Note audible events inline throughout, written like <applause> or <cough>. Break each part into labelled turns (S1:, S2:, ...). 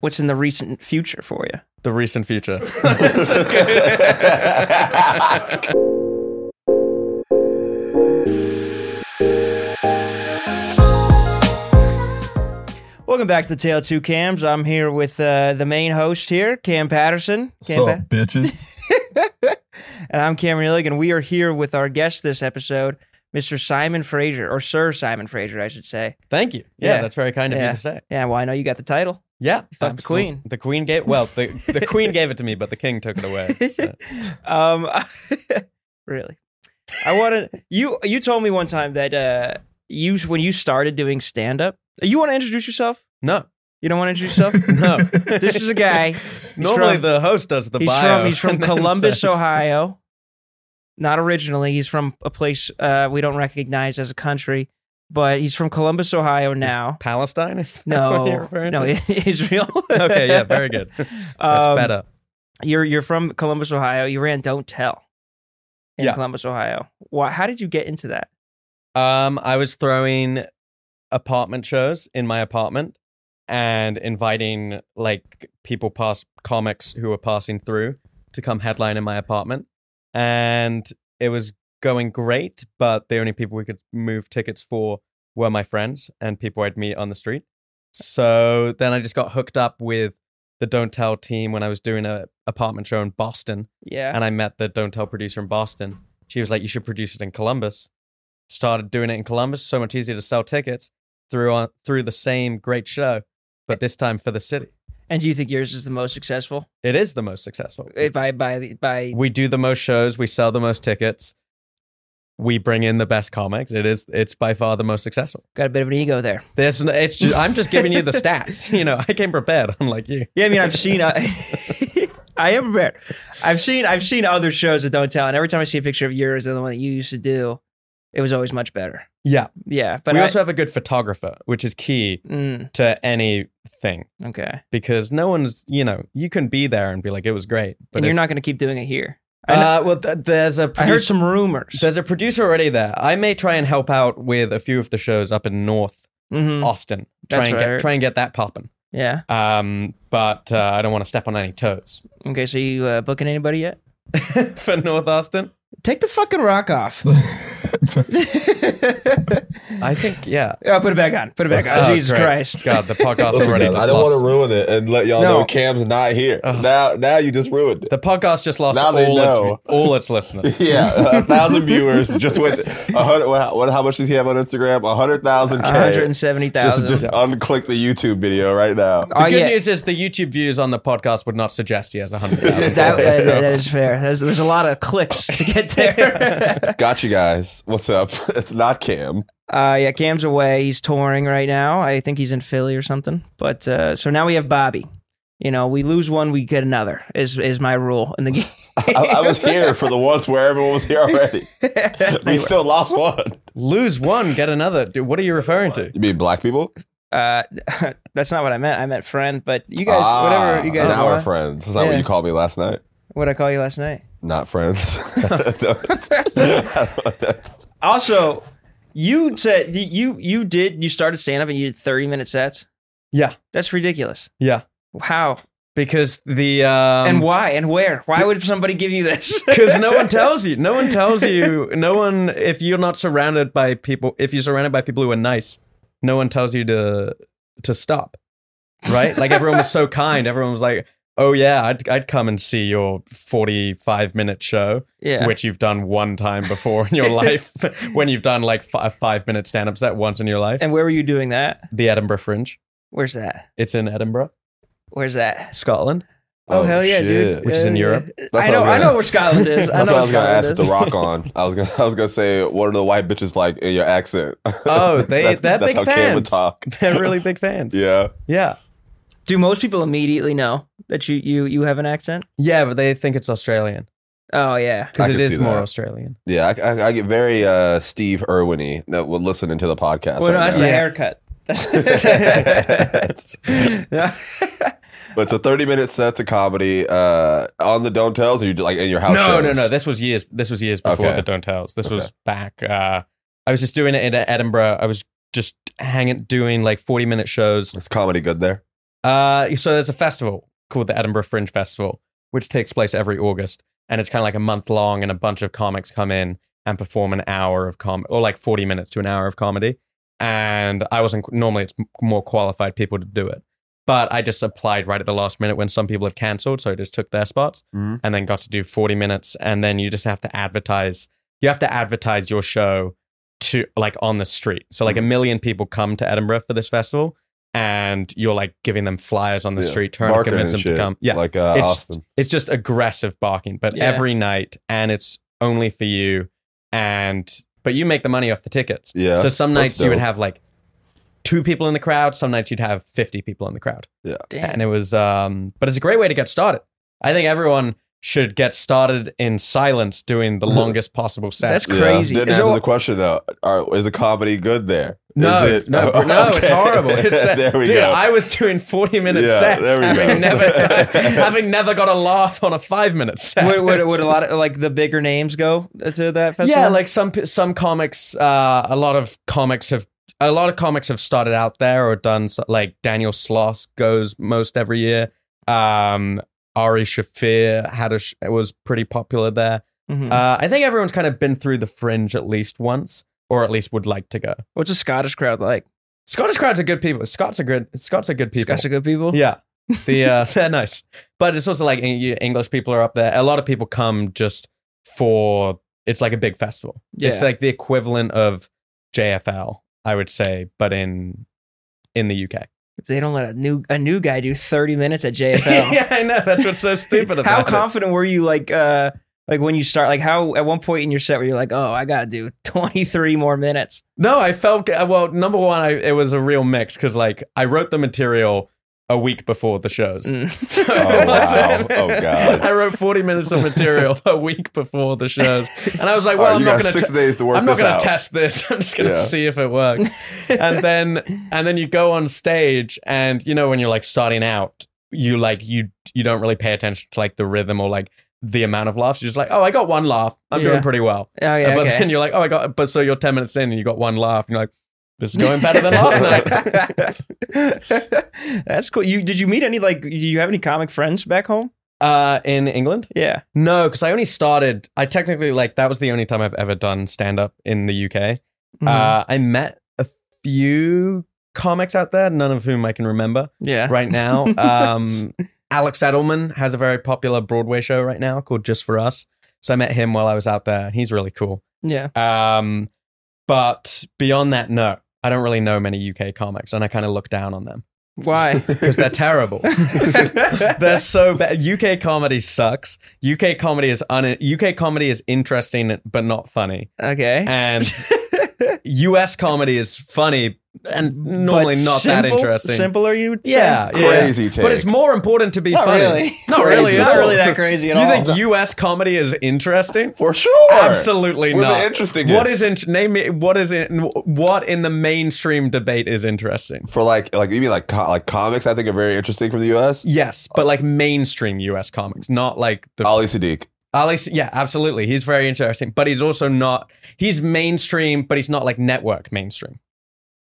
S1: What's in the recent future for you?
S2: The
S1: <laughs>
S2: recent future.
S1: Welcome back to the Tale of Two Cams. I'm here with uh, the main host here, Cam Patterson. Cam
S3: Sup,
S1: Pat-
S3: bitches?
S1: and I'm Cameron Illig, and we are here with our guest this episode, Mr. Simon Fraser, or Sir Simon Fraser, I should say.
S2: Thank you. Yeah,
S1: Yeah.
S2: that's very kind of
S1: Yeah.
S2: you to say.
S1: Yeah, well, I know you got the title.
S2: Yeah,
S1: fucked the
S2: absolute-
S1: queen.
S2: The queen gave well, the,
S1: <laughs>
S2: the queen gave it to me, but the king took it away. so.
S1: Um, <laughs> really, I want to. You you told me one time that uh, you when you started doing stand up, you want to introduce yourself.
S2: No,
S1: You don't want to introduce yourself.
S2: <laughs> no.
S1: this is a
S2: <laughs>
S1: guy.
S2: Normally
S1: from-
S2: the host does the
S1: he's
S2: bio.
S1: from he's from
S2: <laughs> and then
S1: Columbus,
S2: says-
S1: Ohio. Not originally. He's from a place uh, we don't recognize as a country, but he's from Columbus, Ohio
S2: <laughs>
S1: now.
S2: Palestine is that what you're
S1: No,
S2: referring
S1: no, <laughs>
S2: to?
S1: Israel.
S2: okay, yeah,
S1: <laughs>
S2: very good. That's
S1: Um,
S2: better.
S1: You're you're from Columbus, Ohio. You ran Don't Tell in
S2: Yeah.
S1: Columbus, Ohio. Why, how did you get into that?
S2: Um, I was throwing apartment shows in my apartment and inviting like people past comics who were passing through to come headline in my apartment, and it was going great. But the only people we could move tickets for were my friends and people I'd meet on the street. So then I just got hooked up with the Don't Tell team when I was doing a apartment show in Boston
S1: Yeah.
S2: and I met the Don't Tell producer in Boston. She was like, "You should produce it in Columbus." Started doing it in Columbus. So much easier to sell tickets through on through the same great show, but this time for the city.
S1: And do you think yours is the most successful
S2: It is the most successful.
S1: Eh, by by the- by?
S2: we do the most shows. We sell the most tickets. We bring in the best comics. It is. It's by far the most successful.
S1: Got a bit of an ego there.
S2: There's. n- It's. Just, I'm just
S1: <laughs>
S2: giving you the stats. You know, I came prepared. <laughs> Unlike you.
S1: Yeah, I mean, I've seen. Uh, <laughs> I am prepared. I've seen. I've seen other shows that don't tell, and every time I see a picture of yours and the one that you used to do, it was always much better.
S2: Yeah.
S1: Yeah, but
S2: we
S1: I,
S2: also have a good photographer, which is key
S1: Mm,
S2: to anything.
S1: okay,
S2: because no one's you know you can be there and be like it was great but
S1: and
S2: if-
S1: you're not going to keep doing it here. I, kn-
S2: uh, well th- there's a
S1: I heard
S2: producer,
S1: some rumors.
S2: there's a producer already there i may try and help out with a few of the shows up in north
S1: Mhm.
S2: austin
S1: That's
S2: try and
S1: what I heard.
S2: get try and get that popping
S1: Yeah.
S2: um but uh, i don't want to step on any toes <laughs>
S1: Okay. So you uh, booking anybody yet?
S2: for north austin
S1: Take the fucking rock
S2: <laughs>
S1: off. <laughs>
S2: i think yeah
S1: Oh, put it back on. Put it back on.
S2: Oh,
S1: Jesus
S2: great.
S1: Christ.
S2: god the podcast
S3: Listen,
S2: already
S3: guys,
S2: just
S3: I don't
S2: lost
S3: want to ruin it and let y'all
S1: No.
S3: know Cam's not here.
S2: Ugh.
S3: Now, now you just
S2: <laughs>
S3: ruined it.
S2: the podcast just lost
S3: Now
S2: all
S3: they know.
S2: its, all its
S3: <laughs>
S2: listeners
S3: Yeah, a thousand viewers just went. A hundred. What, what? How much does he have on Instagram? A hundred thousand K. Just,
S1: 170,000.
S3: just unclick the YouTube video right now.
S1: Oh,
S2: the good
S1: yeah.
S2: news is the youtube views on the podcast would not suggest he has <laughs> 100000
S1: That, that- that is fair. There's, there's a lot of clicks to
S2: <laughs>
S1: get there.
S3: Got you guys. What's up? <laughs> It's not Cam.
S1: uh, yeah, Cam's away. He's touring right now. I think he's in Philly or something. But uh, so now we have Bobby. You know, we lose one, we get another. Is is my rule in the <laughs> game.
S3: I, I
S1: <laughs>
S3: was here for the ones where everyone was here already. We still lost one.
S2: lose one get another Dude, what are you referring to
S3: You mean black people?
S1: Uh, <laughs> that's not what I meant. I meant friend. But you guys,
S2: Ah,
S1: whatever you guys.
S3: Ah, Now we're
S1: want.
S3: friends. Is that
S1: Yeah.
S3: what you called me last night?
S1: What I call you last night? <laughs>
S3: Not friends. <laughs> No.
S1: Also, you said you you did you started stand up and you did thirty minute sets.
S2: yeah
S1: That's ridiculous.
S2: yeah
S1: How
S2: because the um,
S1: and why and where? Why would somebody give you
S2: <laughs>
S1: this?
S2: because no one tells you no one tells you no one if you're not surrounded by people if you're surrounded by people who are nice no one tells you to to stop right like everyone
S1: <laughs>
S2: was so kind everyone was like oh yeah i'd, I'd come and see your 45 minute show
S1: <laughs> yeah.
S2: which you've done one time before
S1: <laughs>
S2: in your life <laughs> when you've done like fi- a five minute stand-up set once in your life
S1: And where were you doing that?
S2: the edinburgh fringe
S1: Where's that?
S2: it's in edinburgh
S1: Where's that?
S2: scotland <laughs>
S1: Oh,
S3: Oh,
S1: hell yeah, dude!
S3: shit.
S2: Which is
S1: Hell
S2: in
S1: yeah.
S2: Europe.
S3: That's
S1: I know.
S3: what
S1: I
S3: I was
S1: know
S3: gonna-
S1: where Scotland is. I
S3: <laughs> That's
S1: know
S3: what I was
S1: where
S3: gonna ask with
S1: Scotland
S3: the rock on.
S2: <laughs>
S3: I was gonna, I was gonna say, what are the white bitches like in your accent? <laughs>
S2: Oh, they-
S3: that's,
S2: they're
S3: that's
S2: big
S3: how Cam would
S2: fans.
S3: talk.
S2: they're really big fans
S3: Yeah,
S2: yeah
S1: is. Do most people immediately know that you you you have an accent?
S2: yeah but they think it's australian
S1: Oh yeah.
S3: I
S2: because it
S3: can see
S2: is more
S3: that. <laughs>
S2: australian
S3: yeah. I, I, I get very uh, Steve Irwin-y that would listening to the podcast.
S1: well, no,
S3: right
S1: that's
S3: now.
S1: the
S2: Yeah.
S1: haircut.
S3: <laughs>
S2: <laughs>
S3: but it's a thirty-minute set to comedy uh, on the Don't Tells, or you do, like in your house?
S2: no,
S3: shows?
S2: no, no. This was years. This was years before
S3: Okay.
S2: the Don't Tells. This was back. Uh, I was just doing it in Edinburgh. I was just hanging, doing like forty minute shows.
S3: Is comedy good there?
S2: Uh, so there's a festival called the Edinburgh Fringe Festival, which takes place every August, and it's kind of like a month long, and a bunch of comics come in and perform an hour of com or like 40 minutes to an hour of comedy. And I wasn't normally it's m- more qualified people to do it, but I just applied right at the last minute when some people had cancelled, so I just took their spots
S3: Mhm.
S2: and then got to do 40 minutes, and then you just have to advertise. You have to advertise your show to like on the street. So
S3: Mm-hmm.
S2: like a million people come to Edinburgh for this festival, and you're like giving them flyers on the
S3: Yeah.
S2: street, trying to
S3: Barking
S2: convince
S3: and
S2: them
S3: shit,
S2: to come. Yeah,
S3: like uh,
S2: It's-
S3: Austin.
S2: it's just aggressive barking, but
S1: Yeah.
S2: every night, and it's only for you. And but you make the money off the tickets.
S3: Yeah,
S2: So some
S3: that's
S2: nights you would
S3: dope.
S2: have like two people in the crowd. Some nights you'd have fifty people in the crowd,
S1: <laughs> Damn.
S2: and it was. um But it's a great way to get started. I think everyone should get started in silence doing
S3: <laughs>
S2: the longest possible set.
S1: That's
S3: Yeah.
S1: crazy.
S3: Didn't
S1: Is
S3: answer
S1: it-
S3: the question though. Are, is the comedy good there?
S2: No,
S3: Is it- <laughs> Oh,
S2: no, bro- no, it's
S3: Okay.
S2: horrible. It's that,
S3: <laughs> there we
S2: dude,
S3: go.
S2: I was doing 40 minute
S3: Yeah,
S2: sets,
S3: there we
S2: having
S3: go.
S2: never
S3: <laughs>
S2: done, having never got a laugh on a five minute set.
S1: would, would, would a lot of like the bigger names go to that festival?
S2: yeah, like some p- some comics, uh, a lot of comics have a lot of comics have started out there or done so- like Daniel Sloss goes most every year. Um, Ari Shafir had a sh- was pretty popular there.
S1: Mhm.
S2: Uh, I think everyone's kind of been through the fringe at least once, or at least would like to go.
S1: what's a Scottish crowd like?
S2: Scottish crowds are good people. Scots are good. Scots are good people.
S1: Scottish are good people.
S2: Yeah. The
S3: <laughs>
S2: uh, they're nice, but it's also like Eng- English people are up there. A lot of people come just for it's like a big festival. It's
S1: Yeah.
S2: like the equivalent of JFL, I would say, but in in the
S3: <laughs>
S2: UK.
S1: If they don't let a new a new guy do thirty minutes <laughs> at JFL.
S2: <laughs> yeah, I know. That's what's so stupid about
S1: how
S2: it.
S1: confident were you? Like, uh, like when you start, like how at one point in your set were you like, oh, I gotta do twenty three more minutes?
S2: No, I felt uh, well. Number one, I, it was a real mix because like I wrote the material a week before the shows.
S1: Mm.
S2: <laughs> So
S3: Oh, wow. Oh, God.
S2: <laughs> I wrote forty minutes of material <laughs> a week before the shows, and I was like,
S3: All
S2: "Well,
S3: right,
S2: I'm
S3: you
S2: not
S3: got
S2: going to
S3: six days to work
S2: I'm not
S3: this
S2: going
S3: out.
S2: to test this. <laughs> I'm just going to
S3: Yeah.
S2: see if it works. and then and then you go on stage and you know when you're like starting out, you like you you don't really pay attention to like the rhythm or like the amount of laughs. You're just like, "Oh, I got one laugh. I'm
S1: Yeah.
S2: doing pretty well."
S1: Oh yeah,
S2: but
S1: okay.
S2: then you're like, "Oh, I got but so you're 10 minutes in and you got one laugh." And you're like, "This is going better
S1: <laughs>
S2: than last night."
S1: night. <laughs> That's cool. You did you meet any like? Do you have any comic friends back home?
S2: Uh in England?
S1: Yeah.
S2: No, cuz I only started I technically like that was the only time I've ever done stand up in the UK.
S1: Mm-hmm.
S2: Uh, I met a few comics out there, none of whom I can remember
S1: yeah.
S2: <laughs> right now. Um, Alex Edelman has a very popular Broadway show right now called Just for Us. So I met him while I was out there. He's really cool.
S1: Yeah.
S2: Um, but beyond that, no, I don't really know many UK comics, and I kind of look down on them
S1: <laughs> Why?
S3: <laughs>
S2: because they're terrible. They're so bad. UK comedy sucks. UK comedy is un- UK comedy is interesting but not funny,
S1: okay.
S2: and
S1: <laughs>
S2: US comedy is funny and normally
S1: But
S2: not that
S1: simple-
S2: interesting.
S1: Simpler, you would say?
S2: Yeah, yeah.
S3: Crazy take.
S2: But it's more important to be
S1: Not
S2: funny.
S1: really.
S2: <laughs>
S1: <laughs>
S2: Not really.
S3: Crazy.
S2: at
S1: Not
S2: all.
S1: really that crazy at <laughs>
S2: you
S1: all.
S2: think U.S. comedy is interesting?
S3: for sure.
S2: Absolutely
S3: We're the
S2: not.
S3: interesting.
S2: What is in, name me what is in what in the mainstream debate is interesting?
S3: for like like you mean like co- like comics? I think are very interesting from the U.S.
S2: Yes, but like mainstream U.S. comics, not like the
S3: Ali Sadiq.
S2: Ali. Yeah, absolutely. He's very interesting, but he's also not. He's mainstream, but he's not like network mainstream.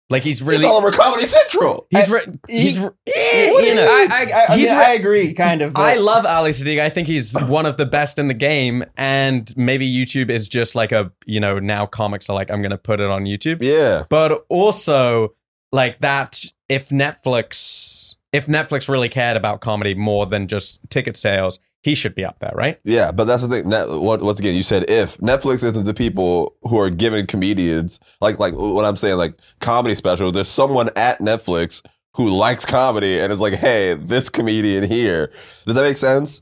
S2: Like he's really.
S3: It's all over Comedy Central.
S2: He's re- he's re-
S1: <laughs>
S2: you know.
S1: I,
S2: He's re-
S1: agree, kind of.
S2: I
S1: but-
S2: love Ali Sadiq. I think he's one of the best in the game, and maybe YouTube is just like a you know now comics are like I'm gonna put it on YouTube,
S3: Yeah.
S2: but also like that if Netflix if Netflix really cared about comedy more than just ticket sales, he should be up there, right?
S3: Yeah, but that's the thing. Net, what- once again, you said if Netflix isn't the people who are giving comedians like like what I'm saying, like comedy specials. There's someone at Netflix who likes comedy and is like, hey, this comedian here. Does that make sense?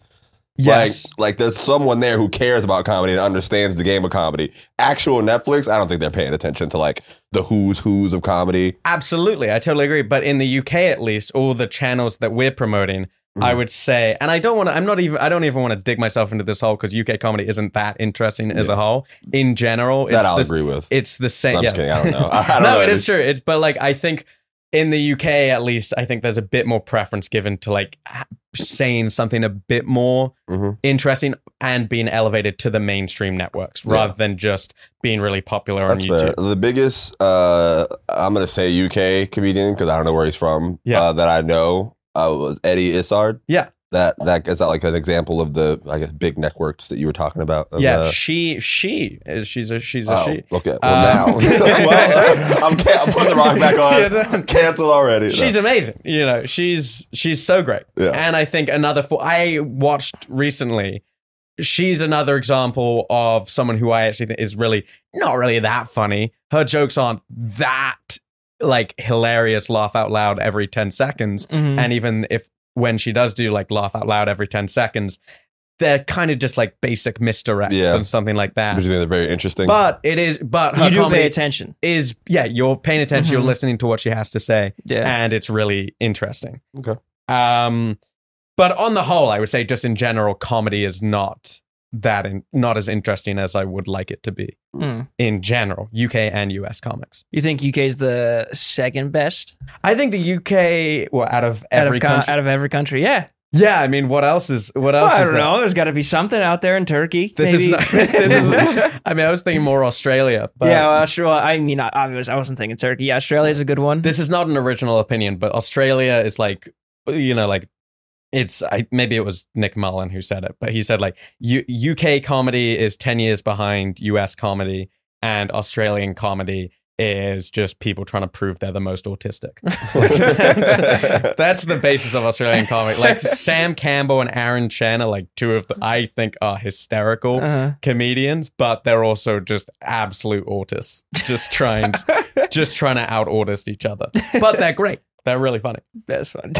S3: Like, like there's someone there who cares about comedy and understands the game of comedy. Actual Netflix, I don't think they're paying attention to like the who's who's of comedy.
S2: Absolutely, I totally agree. But in the UK, at least, all the channels that we're promoting, I
S3: Mhm.
S2: would say, and I don't want to. I'm not even. I don't even want to dig myself into this hole because UK comedy isn't that interesting as a whole in general.
S3: That I'll
S2: the,
S3: agree with.
S2: It's the same.
S3: No, I'm
S2: yeah.
S3: just kidding. I
S2: <laughs>
S3: don't know. I don't
S2: no,
S3: know.
S2: it is true. It's but like I think in the UK at least, I think there's a bit more preference given to like h- saying something a bit more
S3: Mhm.
S2: interesting and being elevated to the mainstream networks rather than just being really popular
S3: That's
S2: on YouTube.
S3: fair. The biggest, uh, I'm gonna say UK comedian because I don't know where he's from.
S2: Yeah.
S3: uh, that I know uh, was Eddie Izzard.
S2: Yeah.
S3: That that is that like an example of the I guess big networks that you were talking about. of
S2: yeah,
S3: the-
S2: she she is she's a she's a
S3: oh,
S2: she.
S3: okay. Well,
S2: Um,
S3: now
S2: <laughs>
S3: <laughs> well, I'm, can- I'm putting the rock back on.
S2: Yeah, no.
S3: Cancel already. No.
S2: She's amazing. You know, she's she's so great.
S3: Yeah.
S2: And I think another for I watched recently. She's another example of someone who I actually think is really not really that funny. Her jokes aren't that like hilarious, laugh out loud every ten seconds.
S1: Mhm.
S2: And even if when she does do like laugh out loud every ten seconds, they're kind of just like basic misdirects
S3: Yeah.
S2: and something like
S3: But
S2: that.
S3: you think they're very interesting.
S2: But it is but her
S1: you do pay
S2: comedy
S1: attention.
S2: is yeah, you're paying attention,
S1: Mhm.
S2: you're listening to what she has to say
S1: Yeah.
S2: and it's really interesting.
S3: Okay.
S2: Um, but on the whole, I would say just in general, comedy is not that in, not as interesting as I would like it to be
S1: Mm.
S2: in general. UK and US comics.
S1: You think UK is the second best
S2: I think the UK, well, out of every
S1: out of co-
S2: country,
S1: out of every country? Yeah.
S2: yeah. I mean, what else is what else?
S1: Well, I
S2: is
S1: don't
S2: there?
S1: know. There's got to be something out there in Turkey.
S2: This is
S1: maybe.
S2: not,
S1: <laughs>
S2: this is. I mean, I was thinking more Australia, but
S1: yeah, well, Australia. I mean, I, I was, I wasn't thinking Turkey. Yeah, Australia's a good one.
S2: this is not an original opinion, but Australia is like, you know, like it's I, maybe it was Nick Mullen who said it, but he said like U- UK comedy is 10 years behind US comedy and Australian comedy is just people trying to prove they're the most autistic. <laughs> Like, that's, that's the basis of Australian comedy. Like Sam Campbell and Aaron Chen are like two of the, I think are hysterical
S1: Uh-huh.
S2: comedians, but they're also just absolute autists, just trying,
S3: <laughs>
S2: just trying to out autist each other. But they're great. They're really funny.
S1: That's fun.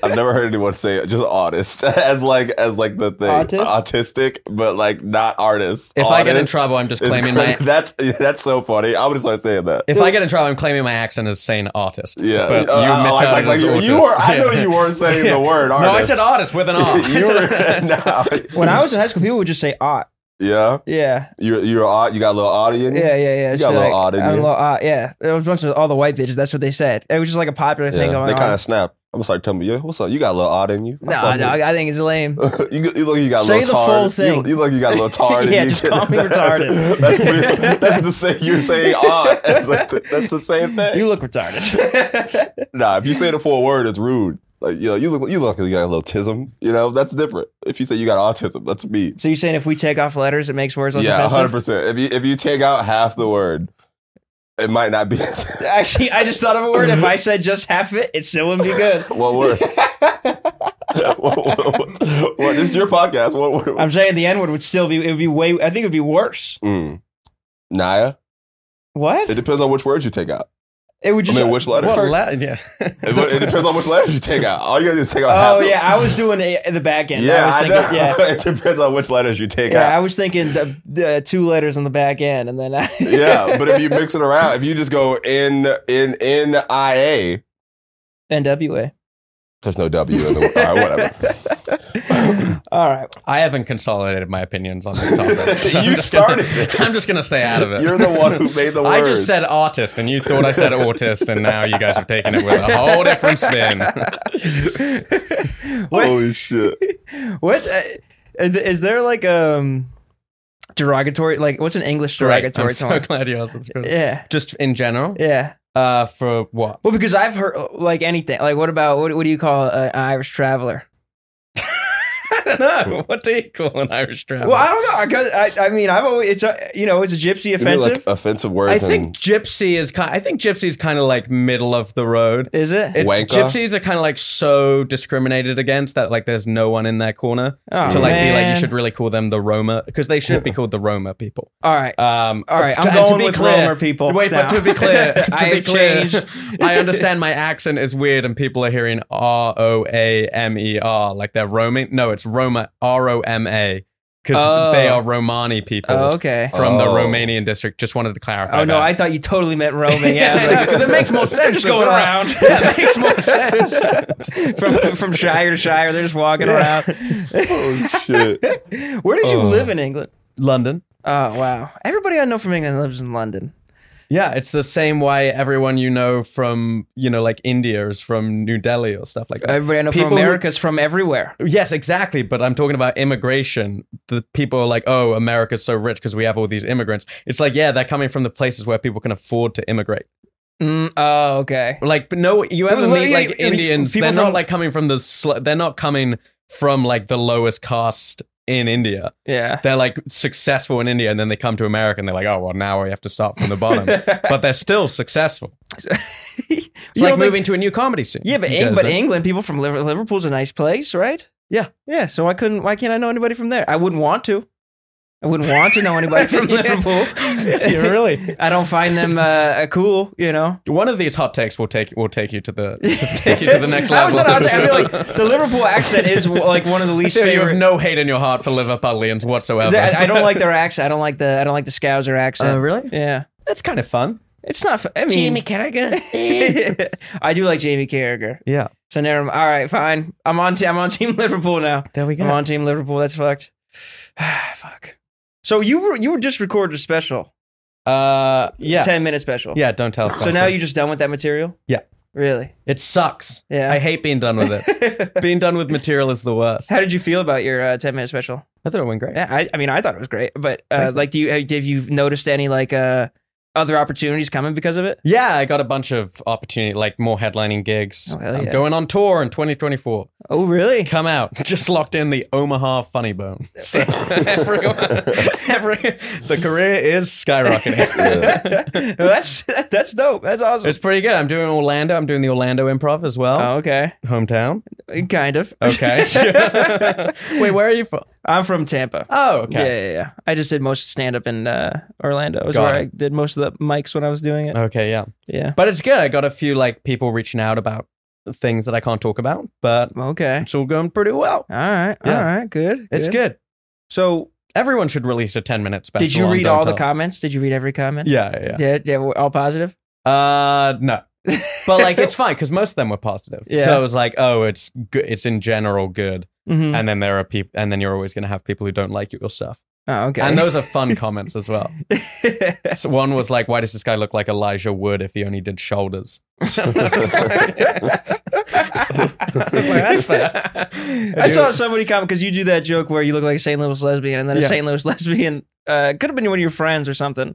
S3: I've never heard anyone say it, just artist <laughs> as like as like the thing
S1: Autist?
S3: autistic, but like not artist.
S2: If I get in
S3: Artist
S2: trouble, I'm just
S3: is
S2: claiming
S3: cra-
S2: my.
S3: <laughs> that's that's so funny. I'm gonna start saying that.
S2: If I get in trouble, I'm claiming my accent as saying artist.
S3: Yeah,
S2: but
S3: Uh,
S2: you
S3: I- I
S2: misheard
S3: like,
S2: it
S3: like
S2: as
S3: you,
S2: autist.
S3: you were. I know
S2: Yeah.
S3: you weren't saying
S2: Yeah.
S3: the
S2: <laughs>
S3: word
S2: No, I
S3: artist.
S2: said artist
S3: <laughs>
S2: with an R. I
S3: you
S2: said
S3: were,
S2: artist.
S3: <laughs>
S1: <laughs>
S3: no.
S1: When I was in high school, people would just say "ot."
S3: yeah,
S1: Yeah,
S3: you you're odd. You got a little odd in you.
S1: yeah, yeah, yeah.
S3: You got a
S1: It's
S3: little
S1: like,
S3: odd in
S1: I'm a
S3: you.
S1: little odd, yeah. It was a bunch of all the white bitches. That's what they said. It was just like a popular
S3: Yeah,
S1: thing going
S3: they
S1: on.
S3: <laughs> kind of snap. I'm gonna start telling me, yeah, what's up? You got a little odd in you. I
S1: no,
S3: fuck
S1: no, I think it's
S3: <laughs>
S1: lame.
S3: with- you, you look, you got a
S1: Say
S3: little
S1: the
S3: tard.
S1: full
S3: You-
S1: thing.
S3: You, look, you got a little tard.
S1: <laughs>
S3: in
S1: Yeah,
S3: you.
S1: just call
S3: <laughs>
S1: me retarded.
S3: that's, pretty, that's the same. You're
S1: <laughs>
S3: saying odd. <laughs> That's, like the, that's the same thing.
S1: You look retarded. <laughs>
S3: Nah, if you say the full word, it's rude. Like you know, you look, you look, like you got a little tism. You know, that's different. If you say you got autism, that's me.
S1: so you're saying if we take off letters, it makes words less
S3: Yeah, hundred
S1: offensive?
S3: percent. If you if you take out half the word, it might not be. <laughs>
S1: Actually, I just thought of a word. If I said just half it, it still wouldn't be good. <laughs>
S3: what word? <laughs> what, what, what- what- this is your podcast. What word?
S1: I'm saying the N word would still be. It would be way. I think it would be worse.
S3: Mm. Naya. It
S1: What?
S3: depends on which words you take out.
S1: It would
S3: I
S1: just.
S3: mean,
S2: <laughs>
S3: which letters?
S2: What le- yeah.
S3: It, it depends on which letters you take out. All you gotta do is take out.
S1: oh
S3: half the-
S1: yeah, I was doing a, the back end.
S3: yeah,
S1: I
S3: I,
S1: was thinking,
S3: know. <laughs>
S1: yeah.
S3: it depends on which letters you take
S1: Yeah,
S3: out.
S1: I was thinking the, the two letters on the back end, and then I,
S3: <laughs> yeah, but
S1: <laughs>
S3: if you mix it around, if you just go in in in I A,
S1: NWA.
S3: there's no W in the word. All right, whatever.
S1: All
S3: <laughs>
S1: right,
S2: I haven't consolidated my opinions on this topic. so
S3: You
S2: I'm just gonna- <laughs>
S3: started this.
S2: I'm just going to stay out of it.
S3: You're the
S2: <laughs>
S3: one who made the word.
S2: I just said artist, and you thought I said autist, and now you guys have taken it with a whole different
S3: <laughs>
S2: spin.
S1: <laughs>
S3: Holy shit!
S1: what uh, is- is there like um derogatory? Like, what's an English
S2: Great.
S1: derogatory
S2: I'm so
S1: term?
S2: glad you asked this question.
S1: yeah,
S2: Just in general,
S1: yeah.
S2: uh, for what?
S1: Well, because I've heard like anything. Like, what about what, what do you call a- an Irish traveler?
S2: <laughs> I don't know. What do you call an Irish traveler?
S1: Well, I don't know. I guess- I, I mean, I've always it's a, you know it's a gypsy
S3: You mean,
S1: offensive.
S3: like uh, offensive words.
S2: I think gypsy is kind. I think gypsy is kind of like middle of the road.
S1: is it?
S2: It's,
S3: Wanker?
S2: gypsies are kind of like so discriminated against that like there's no one in their corner
S1: Oh,
S2: to like be like
S1: man.
S2: you should really call them the Roma because they should be called the Roma people.
S1: All right.
S2: Um,
S1: All right,
S2: to-
S1: I'm
S2: and to
S1: going
S2: be
S1: with
S2: clear-
S1: Romer people
S2: Wait,
S1: now.
S2: but
S1: <laughs>
S2: to be clear, to
S1: I
S2: be
S1: have
S2: clear,
S1: changed.
S2: I understand my accent is weird and people are hearing R O A M E R like they're roaming. No, it's Roma R O M A because
S1: Oh.
S2: they are Romani people
S1: Oh, okay.
S2: from the
S3: Oh.
S2: Romanian district. Just wanted to clarify.
S1: Oh no,
S2: that.
S1: I thought you totally meant roaming. Yeah, I was
S2: Yeah,
S1: like-
S2: because it makes more sense.
S1: Just going
S2: as well.
S1: around. <laughs>
S2: Yeah, it makes more sense.
S1: from from shire to shire. They're just walking
S3: Oh
S1: <laughs>
S3: shit!
S1: around. Where did you
S3: Oh.
S1: live in England?
S2: London.
S1: Oh wow! Everybody I know from England lives in London.
S2: Yeah, it's the same way everyone you know from you know like India is from New Delhi or stuff like that.
S1: Everybody I know
S2: People
S1: from
S2: who-
S1: America's from everywhere.
S2: Yes, exactly. But I'm talking about immigration. The people are like, oh, America's so rich because we have all these immigrants. It's like, yeah, they're coming from the places where people can afford to immigrate.
S1: Mm, oh, okay.
S2: Like, but no, you ever
S1: Well,
S2: meet
S1: yeah,
S2: like
S1: yeah,
S2: Indians?
S1: people
S2: They're
S1: from-
S2: not like coming from the. Sl- they're not coming from like the lowest caste in India.
S1: Yeah.
S2: They're like successful in India, and then they come to America, and they're like, oh well, now we have to start from
S1: <laughs>
S2: the bottom. but they're still successful.
S1: You
S2: It's
S1: don't
S2: like
S1: think-
S2: moving to a new comedy scene.
S1: Yeah, but
S2: You
S1: Eng-
S2: guys
S1: but
S2: know.
S1: England, people from Liver- Liverpool's a nice place, right?
S2: Yeah.
S1: yeah. So why couldn't? Why can't I know anybody from there? I wouldn't want to. I wouldn't want to know anybody from
S2: <laughs> Yeah.
S1: Liverpool.
S2: Yeah, really.
S1: I don't find them uh, uh, cool. You know.
S2: One of these hot takes will take will take you to the to
S1: <laughs>
S2: take you to the next
S1: I was
S2: level.
S1: on I feel
S2: <laughs>
S1: like the Liverpool accent is like one of the least
S2: So you have
S1: favorite.
S2: no hate in your heart for Liverpudlians whatsoever.
S1: I I don't
S2: <laughs>
S1: like their accent. I don't like the. I don't like the Scouser accent.
S2: Oh, really?
S1: Yeah.
S2: That's kind of fun.
S1: It's not. f- I mean, Carragher.
S2: <laughs>
S1: <laughs> I do like Jamie Carragher.
S2: Yeah.
S1: So never. All right, fine. I'm on. T- I'm on Team <laughs> Liverpool now.
S2: There we
S1: I'm on Team Liverpool. That's fucked. <sighs> Fuck. So you were you were just recorded a special,
S2: Uh, yeah.
S1: ten minute special.
S2: Yeah, don't tell us.
S1: So now you're just done with that material.
S2: Yeah.
S1: <laughs> Really.
S2: It sucks.
S1: Yeah.
S2: I hate being done with
S1: <laughs>
S2: it.
S1: How
S2: being done with material is the worst.
S1: did you feel about your uh, ten minute special?
S2: I thought it went great.
S1: Yeah. I, I mean, I thought it was great, but uh, like, do you have have you noticed any like uh, other opportunities coming because of it?
S2: Yeah, I got a bunch of opportunity, like more headlining gigs.
S1: Oh, hell
S2: I'm
S1: yeah.
S2: going on tour in 2024.
S1: Oh, <laughs> really?
S2: Come out. <laughs> Just locked in the Omaha Funny Bone.
S1: <laughs>
S2: So everyone, every, the career
S1: <laughs>
S2: is skyrocketing.
S1: that's that's dope. That's awesome.
S2: <laughs> It's pretty good. I'm doing Orlando. I'm doing the Orlando Improv as well.
S1: oh, okay.
S2: Hometown.
S1: Kind of.
S2: Okay.
S1: <laughs>
S2: <laughs> Wait, where are you from?
S1: I'm from Tampa.
S2: Oh, okay.
S1: Yeah, yeah, yeah. I just did most stand up in uh, Orlando. Is
S2: Got
S1: where
S2: it. Uh-huh.
S1: I did most of the mics when I was doing it.
S2: Okay, yeah.
S1: yeah.
S2: But it's good. I got a few like people reaching out about things that I can't talk about, but
S1: Okay.
S2: it's all going pretty well.
S1: All right.
S2: Yeah.
S1: All right. Good.
S2: It's good.
S1: So,
S2: Everyone should release a 10 minute special.
S1: did you
S2: on
S1: read
S2: Don't
S1: all the
S2: Tell.
S1: comments? Did you read every comment?
S2: Yeah, yeah,
S1: Did, yeah, were all positive?
S2: yeah. Uh,
S1: <laughs>
S2: no. But like, it's fine because most of them were positive.
S1: Yeah.
S2: So it was like, oh, it's good. It's in general good.
S1: Mm-hmm.
S2: And then there are people, and then you're always going to have people who don't like your stuff.
S1: oh, okay. <laughs>
S2: And those are fun comments as well. So one was like, why does this guy look like Elijah Wood if he only
S1: <laughs>
S2: did shoulders? <laughs> <laughs> That's fair.
S1: I saw somebody comment because you do that joke where you look like a St. Louis lesbian, and then a
S2: Yeah.
S1: St. Louis <laughs> lesbian uh, could have been one of your friends or something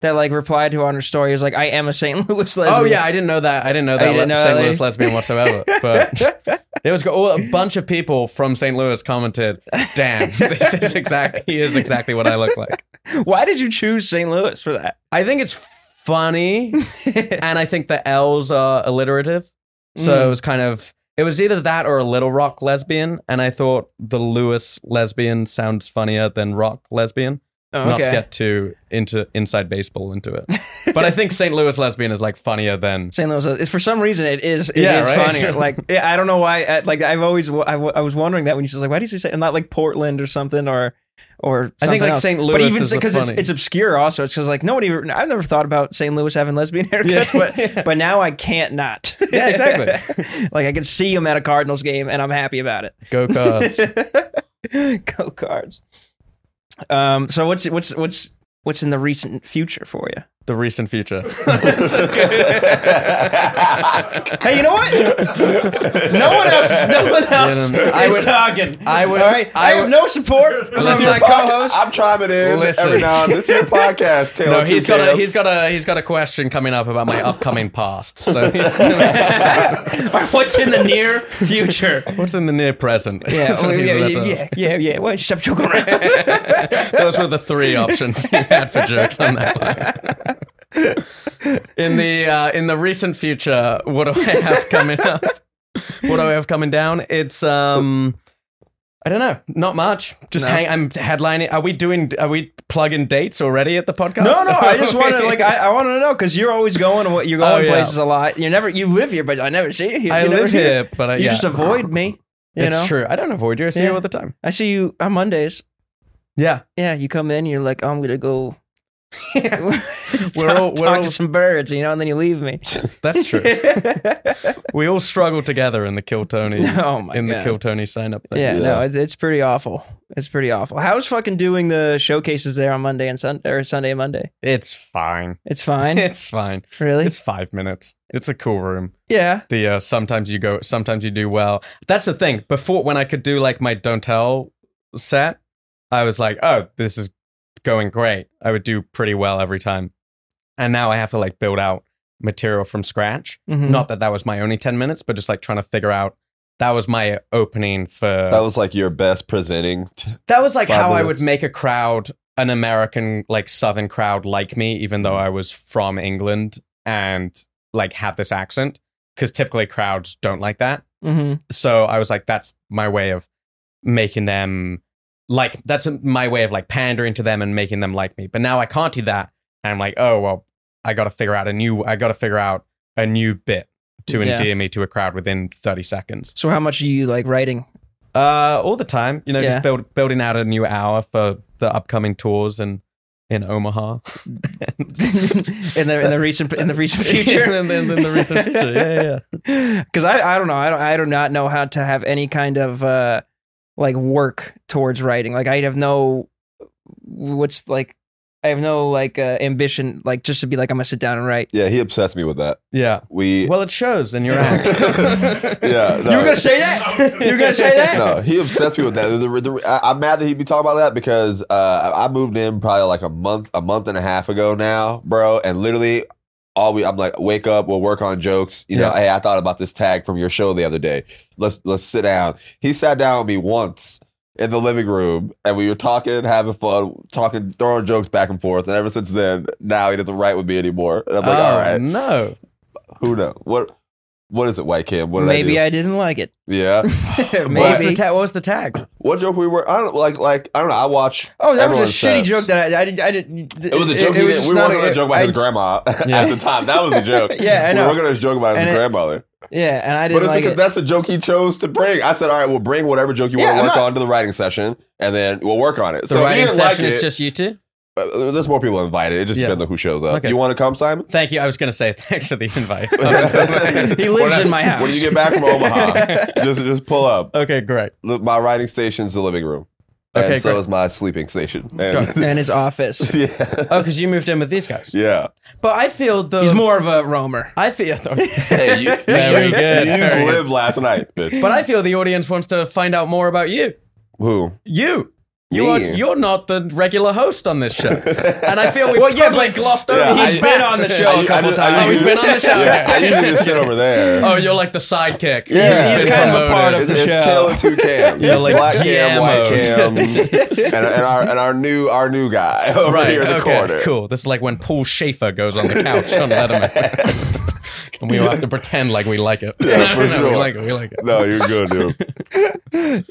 S1: that like replied to on her story. Is like, I am a St. <laughs> Louis lesbian.
S2: Oh yeah, I didn't know that. I didn't know
S1: Oh,
S2: that
S1: you didn't know
S2: le-
S1: that
S2: St.
S1: lady?
S2: Louis lesbian whatsoever.
S1: <laughs>
S2: But there was all a bunch of people from St. Louis commented,
S1: <laughs>
S2: "Damn, this is exactly he is exactly what I look like."
S1: Why did you choose St. Louis for that?
S2: I think it's
S1: <laughs>
S2: funny, and I think the L's are alliterative, so
S1: Hmm.
S2: it was kind of it was either that or a Little Rock lesbian, and I thought the Lewis lesbian sounds funnier than rock lesbian.
S1: Oh,
S2: Not to
S1: okay.
S2: get too into inside baseball into it, <laughs> but I think St. Louis lesbian is like funnier than
S1: St. Louis. uh, It's for some reason it is it is
S2: Yeah, right?
S1: funnier. Like <laughs> yeah, I don't know why. I, like I've always I, w- I was wondering that when you said like why do you say St. and not like Portland or something or or
S2: I think,
S1: something
S2: like,
S1: else.
S2: St.
S1: but
S2: Louis
S1: even
S2: is the
S1: because it's
S2: funny.
S1: it's obscure also. It's because like nobody ever- I've never thought about St. Louis having lesbian <laughs> haircuts,
S2: Yeah.
S1: but but now I can't <laughs> not.
S2: Yeah, exactly.
S1: <laughs> like I can see him at a Cardinals game and I'm happy about it.
S2: go cards.
S1: <laughs> Go cards. Um. So what's what's what's what's in the recent future for you?
S2: the recent future.
S1: Hey, you know what? no one else, no one else
S2: no, no.
S1: is
S2: I would-
S1: talking.
S2: I would-
S1: All right, I,
S2: I
S1: have
S2: would-
S1: no support from
S2: Listen.
S1: my co-host.
S3: I'm chiming in
S2: Listen.
S3: every now and then. This
S1: <laughs>
S3: is your podcast, Taylor.
S2: no,
S3: Two
S2: he's got a
S3: Tails.
S2: he's got a he's got a question coming up about my upcoming past. So
S1: <laughs>
S2: he's gonna-
S1: All right, what's in the near
S2: <laughs>
S1: future?
S2: what's in the near present?
S1: Yeah,
S2: <laughs> That's what he's
S1: yeah,
S2: about
S1: yeah,
S2: to
S1: yeah,
S2: ask.
S1: yeah, yeah. Why don't you stop joking around?
S2: <laughs> Those were the three options you had for jokes on that line. In the uh, in the recent future, what do I have coming up? What do I have coming down? It's um, I don't know, not much. Just
S1: No.
S2: hang. I'm headlining. Are we doing? Are we plugging dates already at the podcast?
S1: No, no. I just wanted, like, I, I wanted to know because you're always going. What you're going
S2: Oh, yeah.
S1: places a lot. You never, you live here, but I never see you. you
S2: <laughs> I
S1: never
S2: live
S1: hear-
S2: here, but I,
S1: You
S2: yeah.
S1: just avoid me. You
S2: it's
S1: know,
S2: true. I don't avoid you. I see
S1: Yeah.
S2: you all the time.
S1: I see you on Mondays.
S2: Yeah,
S1: Yeah, you come in, you're like, "Oh, I'm gonna go.
S2: <laughs>
S1: <laughs> we're
S2: all- we're
S1: talk
S2: all-
S1: to some birds, you know, and then you leave me. <laughs>
S2: that's <laughs> true. we all struggle together in the Kill Tony
S1: Oh my
S2: in the
S1: God.
S2: Kill Tony sign up thing.
S1: Yeah,
S3: Yeah.
S1: no, it's, it's pretty awful. It's pretty awful. How's fucking doing the showcases there on Monday and Sunday or Sunday and Monday?
S2: It's fine.
S1: It's <laughs> fine,
S2: <laughs> It's fine.
S1: really.
S2: It's five minutes. It's a cool room.
S1: yeah,
S2: The uh, sometimes you go, sometimes you do well. That's the thing. Before when I could do like my don't tell set, I was like, oh, this is going great. I would do pretty well every time, and now I have to like build out material from scratch.
S1: Mhm.
S2: Not that that was my only 10 minutes, but just like trying to figure out that was my opening for
S3: That was like your best presenting. T-
S2: That was like
S3: Five
S2: how I
S3: minutes.
S2: would make a crowd, an American, like Southern crowd, like me, even though I was from England and like had this accent. Because typically crowds don't like that.
S1: Mhm.
S2: So I was like, that's my way of making them like, that's my way of like pandering to them and making them like me. But now I can't do that. And I'm like, oh, well, I got to figure out a new, I got to figure out a new bit to
S1: Yeah.
S2: endear me to a crowd within 30 seconds.
S1: So how much are you like writing? <laughs>
S2: Uh, all the time, you know,
S1: Yeah.
S2: just build, building out a new hour for the upcoming tours and in Omaha <laughs>
S1: in the in the recent in the recent <laughs> future
S2: in, in, in the recent future. Yeah, yeah, yeah.
S1: <laughs> because I, I don't know I don't I do not know how to have any kind of uh like work towards writing like I have no what's like I have no like uh, ambition like just to be like I'm gonna sit down and write
S3: yeah, he obsessed me with that.
S2: yeah.
S3: We
S2: Well, it shows in your <laughs> act.
S3: yeah, no.
S1: you were gonna say that you were gonna say <laughs> that
S3: no, he obsessed me with that. The- the- I, am mad that he'd be talking about that because uh, I moved in probably like a month, a month and a half ago now, bro. And literally, all we I'm like, wake up, we'll work on jokes. You know,
S2: Yeah.
S3: hey, I thought about this tag from your show the other day. Let's let's sit down. He sat down with me once in the living room, and we were talking, having fun, talking, throwing jokes back and forth. And ever since then, now he doesn't write with me anymore. And I'm like,
S2: oh,
S3: all right,
S2: no.
S3: who knows what. What is it, White Kim? What did
S1: maybe
S3: I do?
S1: I, didn't like <laughs> it
S3: yeah.
S2: What was, the
S1: maybe
S2: ta- what was the tag?
S3: What joke we were? I don't like. Like I don't know. I watch.
S1: oh that was a
S3: everyone
S1: shitty
S3: says-
S1: joke that I I didn't I didn't
S3: It was a joke. he did.
S1: just
S3: we
S1: not
S3: were going to joke about
S1: I-
S3: his grandma <laughs>
S2: Yeah.
S3: at the time. That was a
S1: <laughs>
S3: joke.
S1: Yeah, I know.
S3: We were going to joke about his
S1: And it-
S3: grandmother.
S1: yeah and I
S3: But
S1: didn't
S3: it's
S1: like
S3: because
S1: it.
S3: that's the joke he chose to bring. I said, all right, we'll bring whatever joke you
S1: Yeah,
S3: want to
S1: I'm
S3: work
S1: not-
S3: on to the writing session, and then we'll work on it.
S2: The
S3: so he
S2: writing
S3: didn't like
S2: session is
S3: it.
S2: just you two?
S3: uh, There's more people invited. It just
S2: Yeah.
S3: depends on who shows up.
S2: Okay.
S3: You want to come, Simon?
S2: Thank you. I was going to say <laughs> thanks for the
S3: <laughs>
S2: invite.
S1: He lives
S3: When I-
S1: in my house.
S3: When you get back
S2: <laughs>
S3: from Omaha, just just pull up.
S2: okay, great.
S3: Look, My writing station's the living room, and
S2: Okay,
S3: so
S2: great.
S3: is my sleeping station.
S2: Got
S3: And,
S1: and his office
S3: <laughs> yeah,
S2: Oh, because you moved in with these guys.
S3: yeah.
S2: But I feel the.
S1: he's more of a roamer
S2: I feel. <laughs>
S3: Hey, you, you,
S2: Very
S3: used,
S2: good.
S3: you used
S2: Very good.
S3: live last night, bitch.
S2: But I feel the audience wants to find out more about you.
S3: Who?
S2: You. You
S3: Me?
S2: are you're not the regular host on this
S3: <laughs>
S2: show. And I feel we've
S1: Well, yeah,
S2: totally glossed over.
S3: Yeah,
S2: the
S3: I-
S2: fact.
S1: been on the show
S3: I-
S1: a
S3: I
S1: couple
S3: just- I
S1: times.
S2: Oh, he's
S3: just-
S2: been on the show.
S3: Yeah, I
S2: Okay.
S3: usually just sit over
S1: <laughs>
S2: <laughs>
S3: there.
S2: Oh, you're like the sidekick.
S3: Yeah.
S2: You've just
S3: He's
S2: been
S1: kind of a part
S2: promoted.
S1: of
S3: It's,
S1: the
S3: it's
S1: show.
S3: tail of
S1: <laughs>
S3: two cams.
S2: You're
S3: It's
S2: like
S3: black
S2: PM
S3: cam, white
S2: mode.
S3: cam, and, and our and our new our new guy <laughs> over
S2: Right.
S3: here in the
S2: okay.
S3: corner.
S2: Cool. This is like when Paul Schaefer goes on the couch on Letterman.
S3: <laughs>
S2: and we all have to pretend like we like it.
S3: Yeah, for
S2: <laughs> no, We
S3: sure.
S2: like it. We like it.
S3: No, you're good,
S1: <laughs>
S3: dude.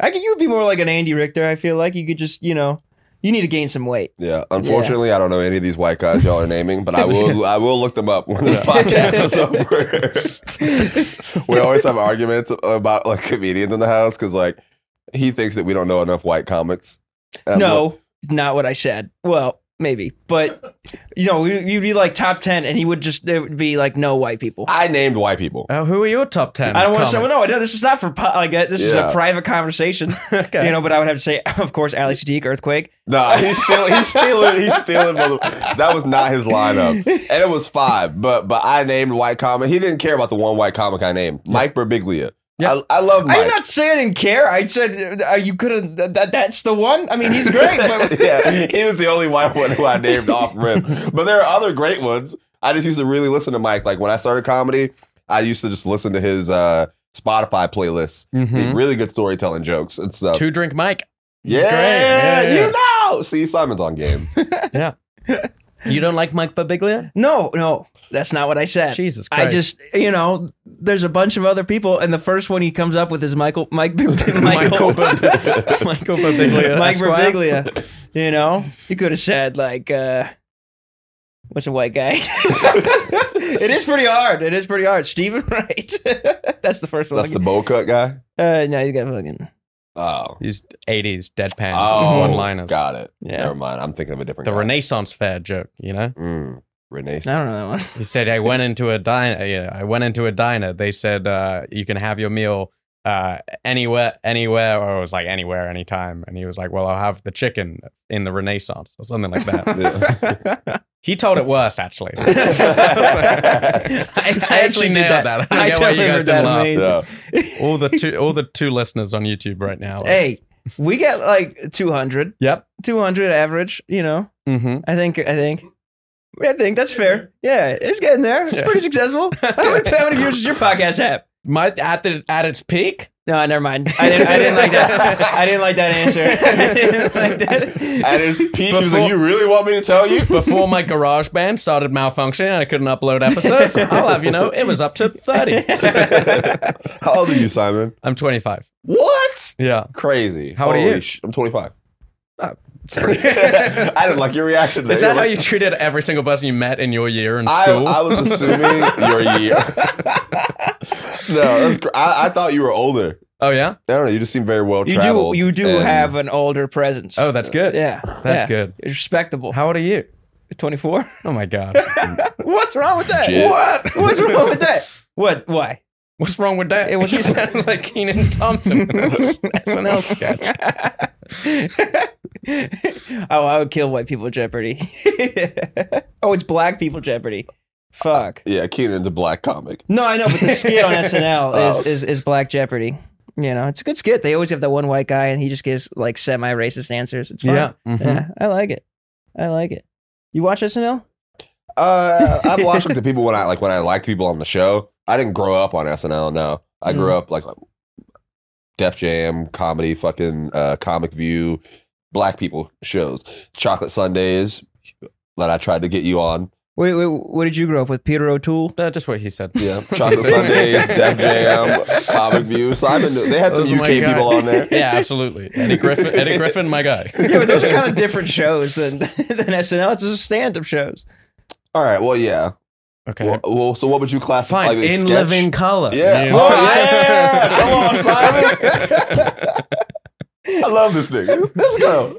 S1: I could, you would be more like an Andy Richter. I feel like you could just, you know, you need to gain some
S3: <laughs>
S1: weight. <laughs>
S3: Yeah. Unfortunately, I don't know any of these white guys y'all are naming, but I will I will look them up when this
S1: <laughs>
S3: podcast is over. we always have arguments about like comedians in the house because like he thinks that we don't know enough white comics. And I'm
S1: no, not what I said. Well, maybe, but you know, you- you'd be like top ten, and he would just there would be like no white people. I,
S3: I named white people.
S2: Oh, who are your top ten?
S1: don't want to say. Well,
S2: comics?
S1: no, I know this is not for po- like uh, this is a
S3: Yeah.
S1: private
S3: <laughs>
S1: conversation. <laughs>
S2: Okay.
S1: You know, but I would have to say, of course, Ali Sadiq, Earthquake.
S3: Nah, he's still he's stealing he's stealing. Mother- that was not his lineup, and it was five. But but I named white comic. He didn't care about the one white comic I named, Mike Birbiglia.
S2: Yeah.
S3: Yeah, I, I love Mike.
S1: I'm not saying I didn't care. I said uh, you could have. That, that- that's the one. I mean, he's great.
S3: <laughs>
S1: But
S3: yeah, he was the only white one who I named off rip. But there are other great ones. I just used to really listen to Mike. Like when I started comedy, I used to just listen to his uh, Spotify playlists.
S2: Mhm.
S3: Really good storytelling jokes and stuff.
S2: Two drink Mike.
S3: yeah,
S2: great. Yeah,
S3: you know. See, Simon's on game.
S2: Yeah. You don't like Mike
S1: <laughs>
S2: Babiglia?
S1: no, no, that's not what I said.
S2: Jesus
S1: I
S2: Christ.
S1: just, you know, there's a bunch of other people, and the first one he comes up with is Michael, Mike, <laughs> Michael,
S2: Michael
S1: Michael, <laughs>
S2: Bab- Michael Babiglia.
S1: Mike
S2: Esquire?
S1: Birbiglia. You know, you could have said like, uh, what's a white guy? <laughs> it is pretty hard. It is pretty hard. Stephen Wright. <laughs> That's the first one.
S3: That's the bowl cut guy.
S1: uh, no, you got fucking
S3: Oh,
S2: He's 80s deadpan
S3: oh,
S2: one liners.
S3: Got it.
S1: yeah.
S3: Never mind. I'm thinking of a different
S2: The
S3: guy.
S2: Renaissance fair joke, you know?
S3: Mm, Renaissance.
S1: I
S2: <laughs>
S1: don't know that one.
S2: He said, "I went into a diner. Yeah, I went into a diner. They said uh, you can have your meal uh, anywhere, anywhere, or it was like anywhere, anytime." And he was like, "Well, I'll have the chicken in the Renaissance or something like
S3: <laughs>
S2: that."
S3: Yeah.
S2: he told it worse, actually. <laughs>
S1: I,
S2: I actually nailed that. I don't
S1: I
S2: get why
S1: totally
S2: you guys
S1: heard
S2: didn't
S1: that.
S2: laugh.
S1: Amazing.
S3: Yeah.
S2: all the two, all the two listeners on YouTube right now. are-
S1: Hey, we got like 200,
S2: Yep.
S1: 200 average. You know,
S2: Mm-hmm.
S1: I think. I think. I think that's fair. Yeah, it's getting there. It's
S2: Yeah.
S1: pretty <laughs> successful. How many, how many viewers does your podcast have?
S2: My at the at its peak.
S1: No, never mind. I didn't, I didn't like <laughs> that. I didn't like that answer. I didn't like that.
S3: At its peak, he was
S2: Before-
S3: like, "You really want me to tell you?"
S2: Before my garage band started malfunctioning and I couldn't upload episodes,
S3: <laughs>
S2: I'll have you know it was up to 30.
S3: <laughs> How old are you, Simon?
S2: I'm 25.
S3: What?
S2: Yeah.
S3: Crazy.
S2: How old are
S3: Holy
S2: you? Ah,
S3: sh- I'm 25. <laughs> I didn't like your reaction. There.
S2: Is that
S3: You're
S2: how
S3: like,
S2: you treated every single person you met in your year in
S3: I,
S2: school?
S3: I was assuming
S2: <laughs>
S3: your year. no, that's cr- I, I thought you were older.
S2: oh, yeah?
S3: I don't know. You just seem very well
S1: You do.
S3: traveled.
S1: You do
S3: and-
S1: have an older presence.
S2: Oh, that's good.
S1: yeah.
S2: That's
S1: yeah.
S2: good.
S1: It's respectable.
S2: How old are you?
S1: Twenty four.
S2: Oh, my
S3: <laughs>
S2: God.
S1: What's wrong with that?
S3: Jit.
S1: What? What's wrong with that? What? Why?
S2: What's wrong with that?
S1: It was-
S2: you sound like Keenan Thompson in an
S3: <laughs>
S2: SNL
S1: <laughs>
S2: sketch.
S1: oh, I would kill white people Jeopardy. <laughs> oh, it's black people Jeopardy. Fuck.
S3: Yeah, Keenan's a black comic.
S1: No, I know, but the skit <laughs> on SNL is,
S3: Oh.
S1: is is Black Jeopardy. You know, it's a good skit. They always have that one white guy, and he just gives like semi racist answers. It's fun.
S2: Yeah. mhm.
S3: Mm-hmm.
S1: yeah, Mm-hmm. I like it. I like it. You watch SNL?
S3: Uh, I've watched
S2: <laughs>
S3: like, the people when I like when I liked people on the show. I didn't grow up on SNL. No, I grew
S2: Mm.
S3: up like Def Jam, comedy, fucking uh, Comic View, black people shows, Chocolate Sundays that I tried to get you on.
S1: Wait, wait, what did you grow up with? Peter O'Toole?
S2: Uh, just what he said.
S3: Yeah, <laughs> Chocolate Sundays, Def Jam, Comic View. So I've been. They had some
S2: Those are my
S3: UK
S2: guys.
S3: people on there.
S2: <laughs> Yeah, absolutely. Eddie Griffin, Eddie Griffin, my
S3: <laughs>
S2: guy.
S1: Yeah, but those are <laughs> kind of different shows than <laughs> than SNL. It's just stand up shows. <laughs>
S3: All right. Well, yeah.
S2: Okay.
S3: Well, well, so what would you classify?
S2: Uh-huh. Fine.
S3: like, a
S2: in
S3: sketch?
S2: living color.
S3: Yeah.
S2: You know?
S3: Oh,
S2: <laughs>
S3: yeah. Come on, Simon. I love this nigga. Let's go.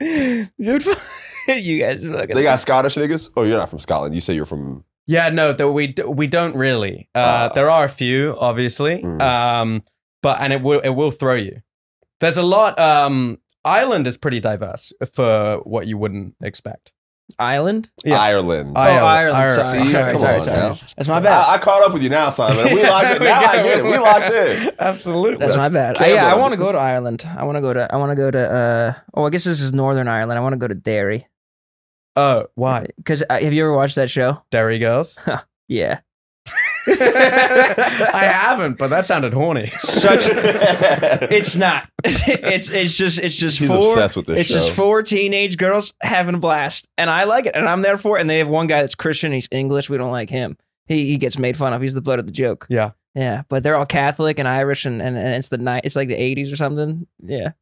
S1: Dude, <laughs> you guys are fucking.
S3: They got Scottish niggas? Oh, you're not from Scotland. You say you're from.
S2: Yeah, no, that we d- we don't really. Uh,
S3: Ah.
S2: there are a few, obviously,
S3: Mm.
S2: um, but and it will it will throw you. There's a lot. Um, Ireland is pretty diverse for what you wouldn't expect.
S1: Island?
S2: Yeah.
S3: Ireland. I,
S2: Ireland,
S1: Oh, Ireland, sorry,
S2: Ireland.
S3: See,
S1: sorry,
S3: come
S1: sorry,
S3: on
S1: sorry.
S3: now.
S1: That's my bad.
S3: I caught up with you now, Simon. We locked
S2: <laughs>
S3: it.
S2: We
S3: Now I
S2: got-
S3: get it. We locked in.
S2: <laughs> Absolutely.
S1: That's my
S3: West
S1: bad. I, yeah, I
S3: Campbell.
S1: want to go to Ireland. I want to go to. I want to go to. uh Oh, I guess this is Northern Ireland. I want to go to Derry.
S2: Oh, why
S1: Because uh, have you ever watched that show?
S2: Derry
S3: <laughs>
S2: girls?
S1: Yeah. <laughs>
S2: I haven't, but that sounded horny. <laughs>
S3: <laughs>
S1: Such. it's not. <laughs> it's it's just it's just
S3: He's
S1: four.
S3: obsessed with this
S1: it's just
S3: show.
S1: four teenage girls having a blast, and I like it, and I'm there for it. And they have one guy that's Christian. He's English. We don't like him. He he gets made fun of. He's the blood of the joke.
S2: Yeah.
S1: Yeah, but they're all Catholic and Irish, and, and, and it's the night. It's like the '80s or something. Yeah,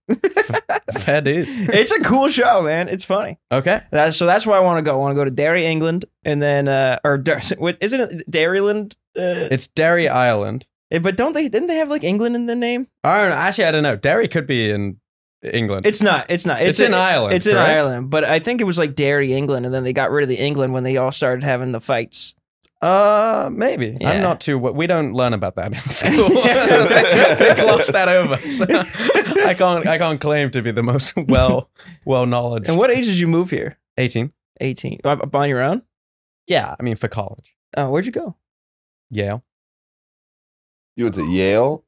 S2: Fair dues.
S1: it's a cool show, man. It's funny.
S2: Okay.
S1: That's, so that's where I want to go. I want to go to Derry, England, and then uh, or Der- <laughs> what isn't it Dairyland? Uh,
S2: It's Derry, Ireland.
S1: eh, but don't they? Didn't they have like England in the name?
S2: I don't know. Actually, I don't know. Derry could be in England.
S1: It's not. It's not. It's,
S2: It's in Ireland,
S1: It's in
S2: correct?
S1: Ireland. But I think it was like Derry, England, and then they got rid of the England when they all started having the fights.
S2: Uh, maybe.
S1: Yeah.
S2: I'm not too. We don't learn about that in <laughs>
S1: <laughs>
S2: school. <laughs> they, they glossed that over. So I can't. I can't claim to be the most <laughs> well well knowledge.
S1: And what age did you move here?
S2: Eighteen.
S1: Eighteen. Uh, Up on your own?
S2: Yeah, I mean for college.
S1: Oh, where'd you go?
S2: Yale.
S3: You went to Yale?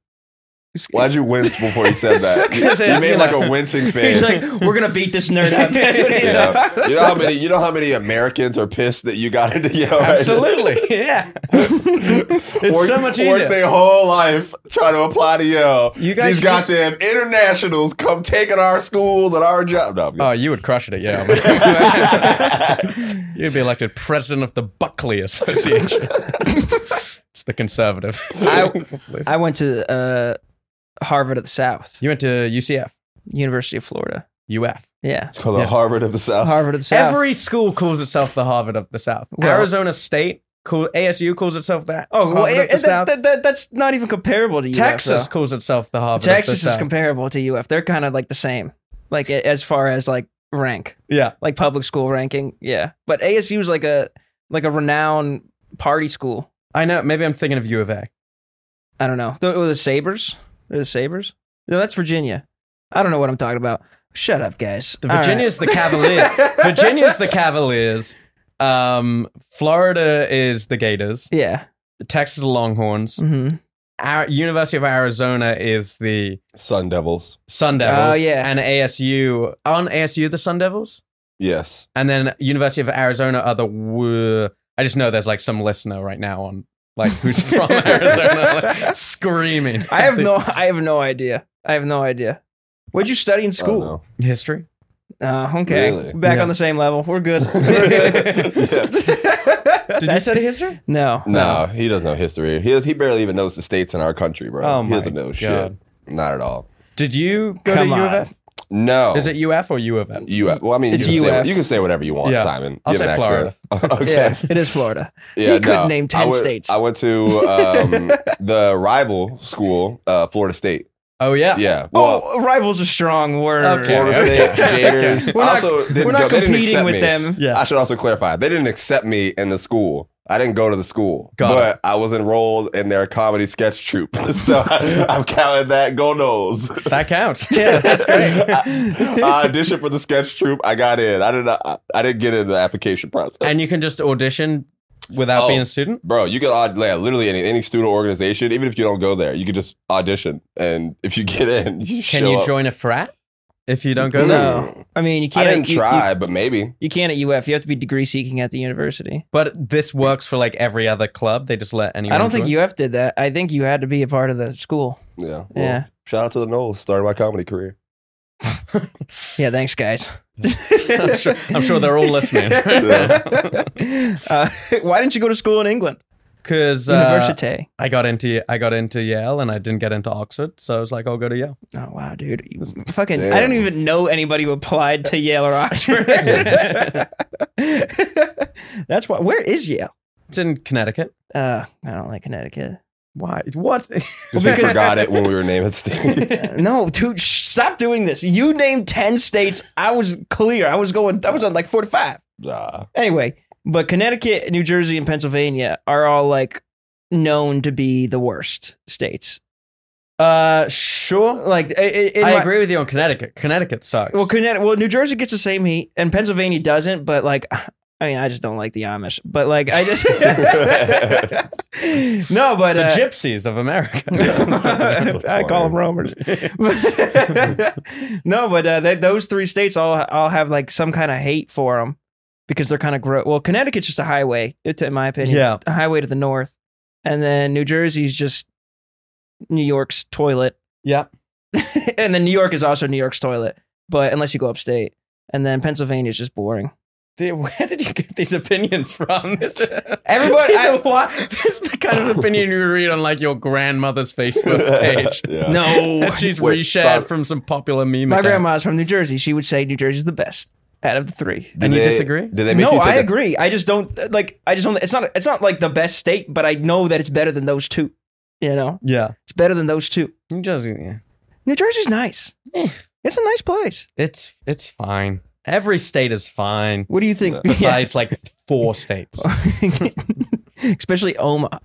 S3: Why'd you wince before you said that? You,
S2: 'Cause it's,
S3: you made
S2: you
S3: like
S2: know.
S3: a wincing face.
S1: He's like, we're gonna beat this nerd <laughs> up. <laughs>
S3: yeah. You know how many you know how many Americans are pissed that you got into Yale?
S1: <laughs>
S3: right?
S2: Absolutely. Yeah. It's
S3: Work-
S2: so much
S3: Work
S2: easier.
S3: their whole life trying to apply to Yale.
S2: You guys
S3: These
S2: just-
S3: goddamn internationals come taking our schools and our job. No, I'm
S2: Oh,
S3: kidding.
S2: you would crush it
S1: <laughs>
S2: at Yale. man. You'd be elected president of the Buckley Association.
S1: <laughs>
S2: it's the conservative. <laughs>
S1: I- I went to uh, Harvard at the South,
S2: you went to UCF.
S1: University of Florida.
S2: UF.
S1: Yeah,
S3: it's called the Harvard of the South.
S1: Harvard at the South.
S2: Every school calls itself the Harvard of the South.
S1: Well-
S2: Arizona State, call, ASU calls itself that.
S1: Oh, well, eh,
S2: Harvard of
S1: eh,
S2: the
S1: that,
S2: South.
S1: that, that, that's not even comparable to UF,
S2: Texas
S1: though.
S2: calls itself the Harvard
S1: Texas
S2: of the
S1: is
S2: South.
S1: comparable to UF. They're kind of like the same, like eh, as far as like rank,
S2: yeah.
S1: like public school ranking. Yeah, but ASU is like a like a renowned party school.
S2: I know. Maybe I'm thinking of U of A.
S1: I don't know. The, oh, the Sabers, the Sabers. No, that's Virginia. I don't know what I'm talking about. Shut up, guys.
S2: The
S1: All right.
S2: Virginia's
S1: <laughs>
S2: the Cavaliers. Virginia's the Cavaliers. Um, Florida is the Gators.
S1: Yeah.
S2: Texas are Longhorns.
S1: hmm
S2: Our, University of Arizona is the
S3: Sun Devils.
S2: Sun Devils.
S1: Oh, yeah.
S2: And ASU. Aren't ASU the Sun Devils?
S3: Yes.
S2: and then University of Arizona are the. wo- I just know there's like some listener right now on
S1: <laughs>
S2: like who's from Arizona like, screaming.
S1: I have no. I have no idea. I have no idea. What'd you study in school?
S2: <laughs>
S3: Oh,
S2: history.
S1: Uh, okay,
S3: Really?
S1: back
S2: Yeah.
S1: on the same level. We're <laughs> good.
S2: Did you study history?
S1: <laughs> no,
S3: no. no, he doesn't know history. He, he barely even knows the states in our country, bro.
S2: Oh
S3: he
S2: my
S3: doesn't know shit.
S2: God.
S3: Not at all.
S2: Did you go
S1: Come
S2: to U
S1: on.
S2: of F?
S3: No.
S2: Is it UF or U of F?
S3: UF? Well, I mean,
S1: It's
S3: you, can
S1: UF.
S3: Say, you can say whatever you want,
S2: Yeah.
S3: Simon.
S2: I'll
S3: You have
S2: say
S3: an accent. <laughs> okay.
S1: Yeah, it is Florida.
S3: Yeah,
S1: he could
S3: no.
S1: name
S3: I
S1: ten
S3: went-
S1: states.
S3: I went to um,
S2: <laughs>
S3: the rival school, uh, Florida State.
S2: Oh yeah.
S3: Yeah. Well,
S1: oh, rivals a strong word.
S2: Okay.
S3: Florida
S2: okay.
S1: <laughs>
S3: State Gators.
S1: We're
S3: I
S1: not-
S3: also didn't
S1: We're not
S3: go- they didn't
S1: competing
S3: accept
S1: with
S3: me.
S1: them.
S2: Yeah.
S3: I should also clarify. They didn't accept me in the school. I didn't go to the school,
S2: Got
S3: but I was enrolled in their comedy sketch troupe. <laughs> so I, I'm counting that. Go nose.
S2: That counts. Uh,
S1: Yeah, that's
S2: <laughs>
S1: great.
S3: I, I auditioned for the sketch troupe. I got in. I did not. I, I didn't get in the application process.
S2: and you can just audition without
S3: Oh.
S2: being a student.
S3: bro, you can aud- like, literally any any student organization. Even if you don't go there, you can just audition, and if you get in,
S2: Can
S3: you show
S2: you
S3: up.
S2: join a frat if you don't go there?
S1: No, I mean you
S3: I
S1: can't.
S3: didn't
S1: you-
S3: try,
S1: You,
S3: but maybe.
S1: you can't at UF. You have to be degree seeking at the university.
S2: But this works for like every other club. They just let anyone.
S1: I don't think
S2: join.
S1: UF did that. I think you had to be a part of the school.
S3: Yeah. well,
S1: Yeah.
S3: Shout out to the Knowles, started my comedy career.
S1: Yeah, thanks, guys.
S2: I'm sure, I'm sure they're all listening.
S1: <laughs> uh, why didn't you go to school in England?
S2: Because
S1: University.
S2: I got into I got into Yale and I didn't get into Oxford, so I was like, I'll go to Yale.
S1: Oh wow, dude! You fucking,
S3: Damn.
S1: I don't even know anybody who applied to Yale or
S2: <laughs>
S1: Oxford. <laughs> That's why. Where is Yale?
S2: It's in Connecticut.
S1: Uh, I don't like Connecticut.
S2: Why? What?
S3: Because we forgot it when we were
S1: <laughs>
S3: naming state.
S1: No, dude, sh- stop doing this. You named ten states. I was clear. I was going. I was on like four to five.
S3: nah.
S1: Anyway, but Connecticut, New Jersey, and Pennsylvania are all like known to be the worst states.
S2: Uh, sure.
S1: Like, i- i- in
S2: <laughs> I
S1: my-
S2: agree with you on Connecticut. Connecticut sucks.
S1: Well, Connecticut, well, New Jersey gets the same heat, and Pennsylvania doesn't. But like, <sighs> I mean, I just don't like the Amish. But like, I just <laughs> no, but
S2: the
S1: uh,
S2: gypsies of <laughs> America.
S1: <laughs> I call them Romers. <laughs> no, but uh, th those three states all all have like some kind of hate for them because they're kind of gross. Well, Connecticut's just a highway, it- in my opinion.
S2: Yeah.
S1: a highway to the north, and then New Jersey's just New York's toilet, <laughs>
S2: yeah.
S1: and then New York is also New York's toilet, but unless you go upstate, and then Pennsylvania's just boring.
S2: Dude, where did you get these opinions from? <laughs> This-
S1: <laughs> Everybody-
S2: These are why- this is the kind of opinion you read on like your grandmother's <laughs> Facebook page.
S3: Yeah.
S1: No,
S2: <laughs> That she's
S3: Wait,
S2: reshared
S3: sorry.
S2: from some popular
S1: <laughs>
S2: meme.
S1: my
S2: account.
S1: grandma's from New Jersey. She would say New Jersey's the best out of the three.
S3: Did
S2: And you
S3: they-
S2: disagree?
S3: Did they make
S1: No,
S3: you take
S1: I
S3: a-
S1: agree. I just don't like. I just don't. It's not. It's not like the best state, but I know that it's better than those two. You know,
S2: Yeah.
S1: it's better than those two.
S2: You just- yeah.
S1: New Jersey's nice.
S2: Eh.
S1: It's a nice place.
S2: It's it's fine. Every state is fine. <laughs>
S1: What do you think?
S2: Besides like four states.
S1: Yeah. <laughs> Especially Omaha.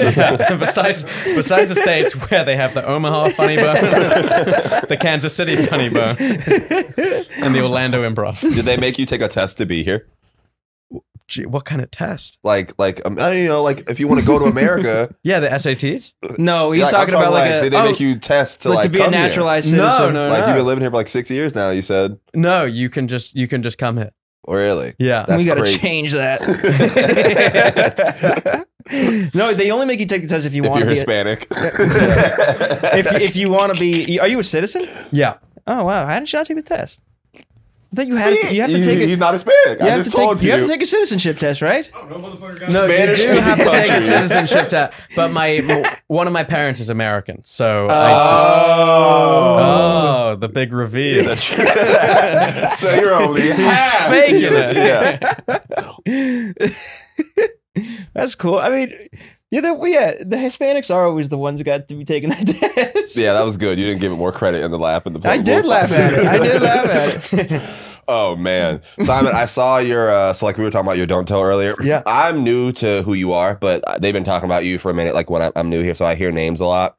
S2: Yeah. <laughs> besides besides the states where they have the Omaha funny bone, <laughs> the Kansas City funny bone, and the Orlando improv.
S3: Did they make you take a test to be here?
S2: Gee, what kind of test?
S3: Like, like, um, I don't know, like, if you want to go to America,
S2: Yeah, the SATs?
S1: No, <laughs> he's
S3: like, I'm
S1: talking about like, a,
S3: did they
S1: oh,
S3: make you test to
S1: like
S3: like
S1: to be a
S3: come here?
S1: naturalized
S2: No,
S1: citizen.
S2: no,
S3: Like,
S2: no.
S3: you've been living here for like six years now. You said,
S2: No, you can just you can just come here.
S3: really?
S2: Yeah.
S3: That's
S1: we gotta
S3: crazy.
S1: change
S3: <laughs>
S1: that. <laughs> no, they only make you take the test if you
S3: If
S1: want
S3: you're
S1: to be. A,
S3: Hispanic,
S1: if if you want to
S3: <laughs>
S1: be, are you a citizen?
S2: yeah.
S1: Oh wow! How did you not take the test? I thought you
S3: <laughs>
S1: had to, you have to take a,
S3: he's
S1: you
S3: not Hispanic. I
S1: have to
S3: just
S1: take
S3: told
S1: you.
S3: you.
S1: have to take a citizenship test,
S2: <laughs>
S1: right?
S2: No,
S3: Spanish
S2: you do have to
S3: speaking
S2: take a
S3: country.
S2: citizenship test. But my my- one of my parents is American, so I,
S3: oh,
S2: oh, the big reveal.
S3: <laughs> so you're only
S2: He's
S3: half.
S2: faking it.
S3: Yeah,
S1: <laughs> That's cool. I mean, yeah, the, yeah, the Hispanics are always the ones who got to be taking that <laughs> test.
S3: yeah, that was good. You didn't give it more credit in the laugh in the.
S1: I did laugh at it. I did laugh at
S3: <laughs>
S1: it.
S3: Oh man, Simon, I saw your. Uh, so like we were talking about your don't tell earlier.
S2: Yeah.
S3: I'm new to who you are, but uh, they've been talking about you for a minute. Like when I, I'm new here, so I hear names a lot.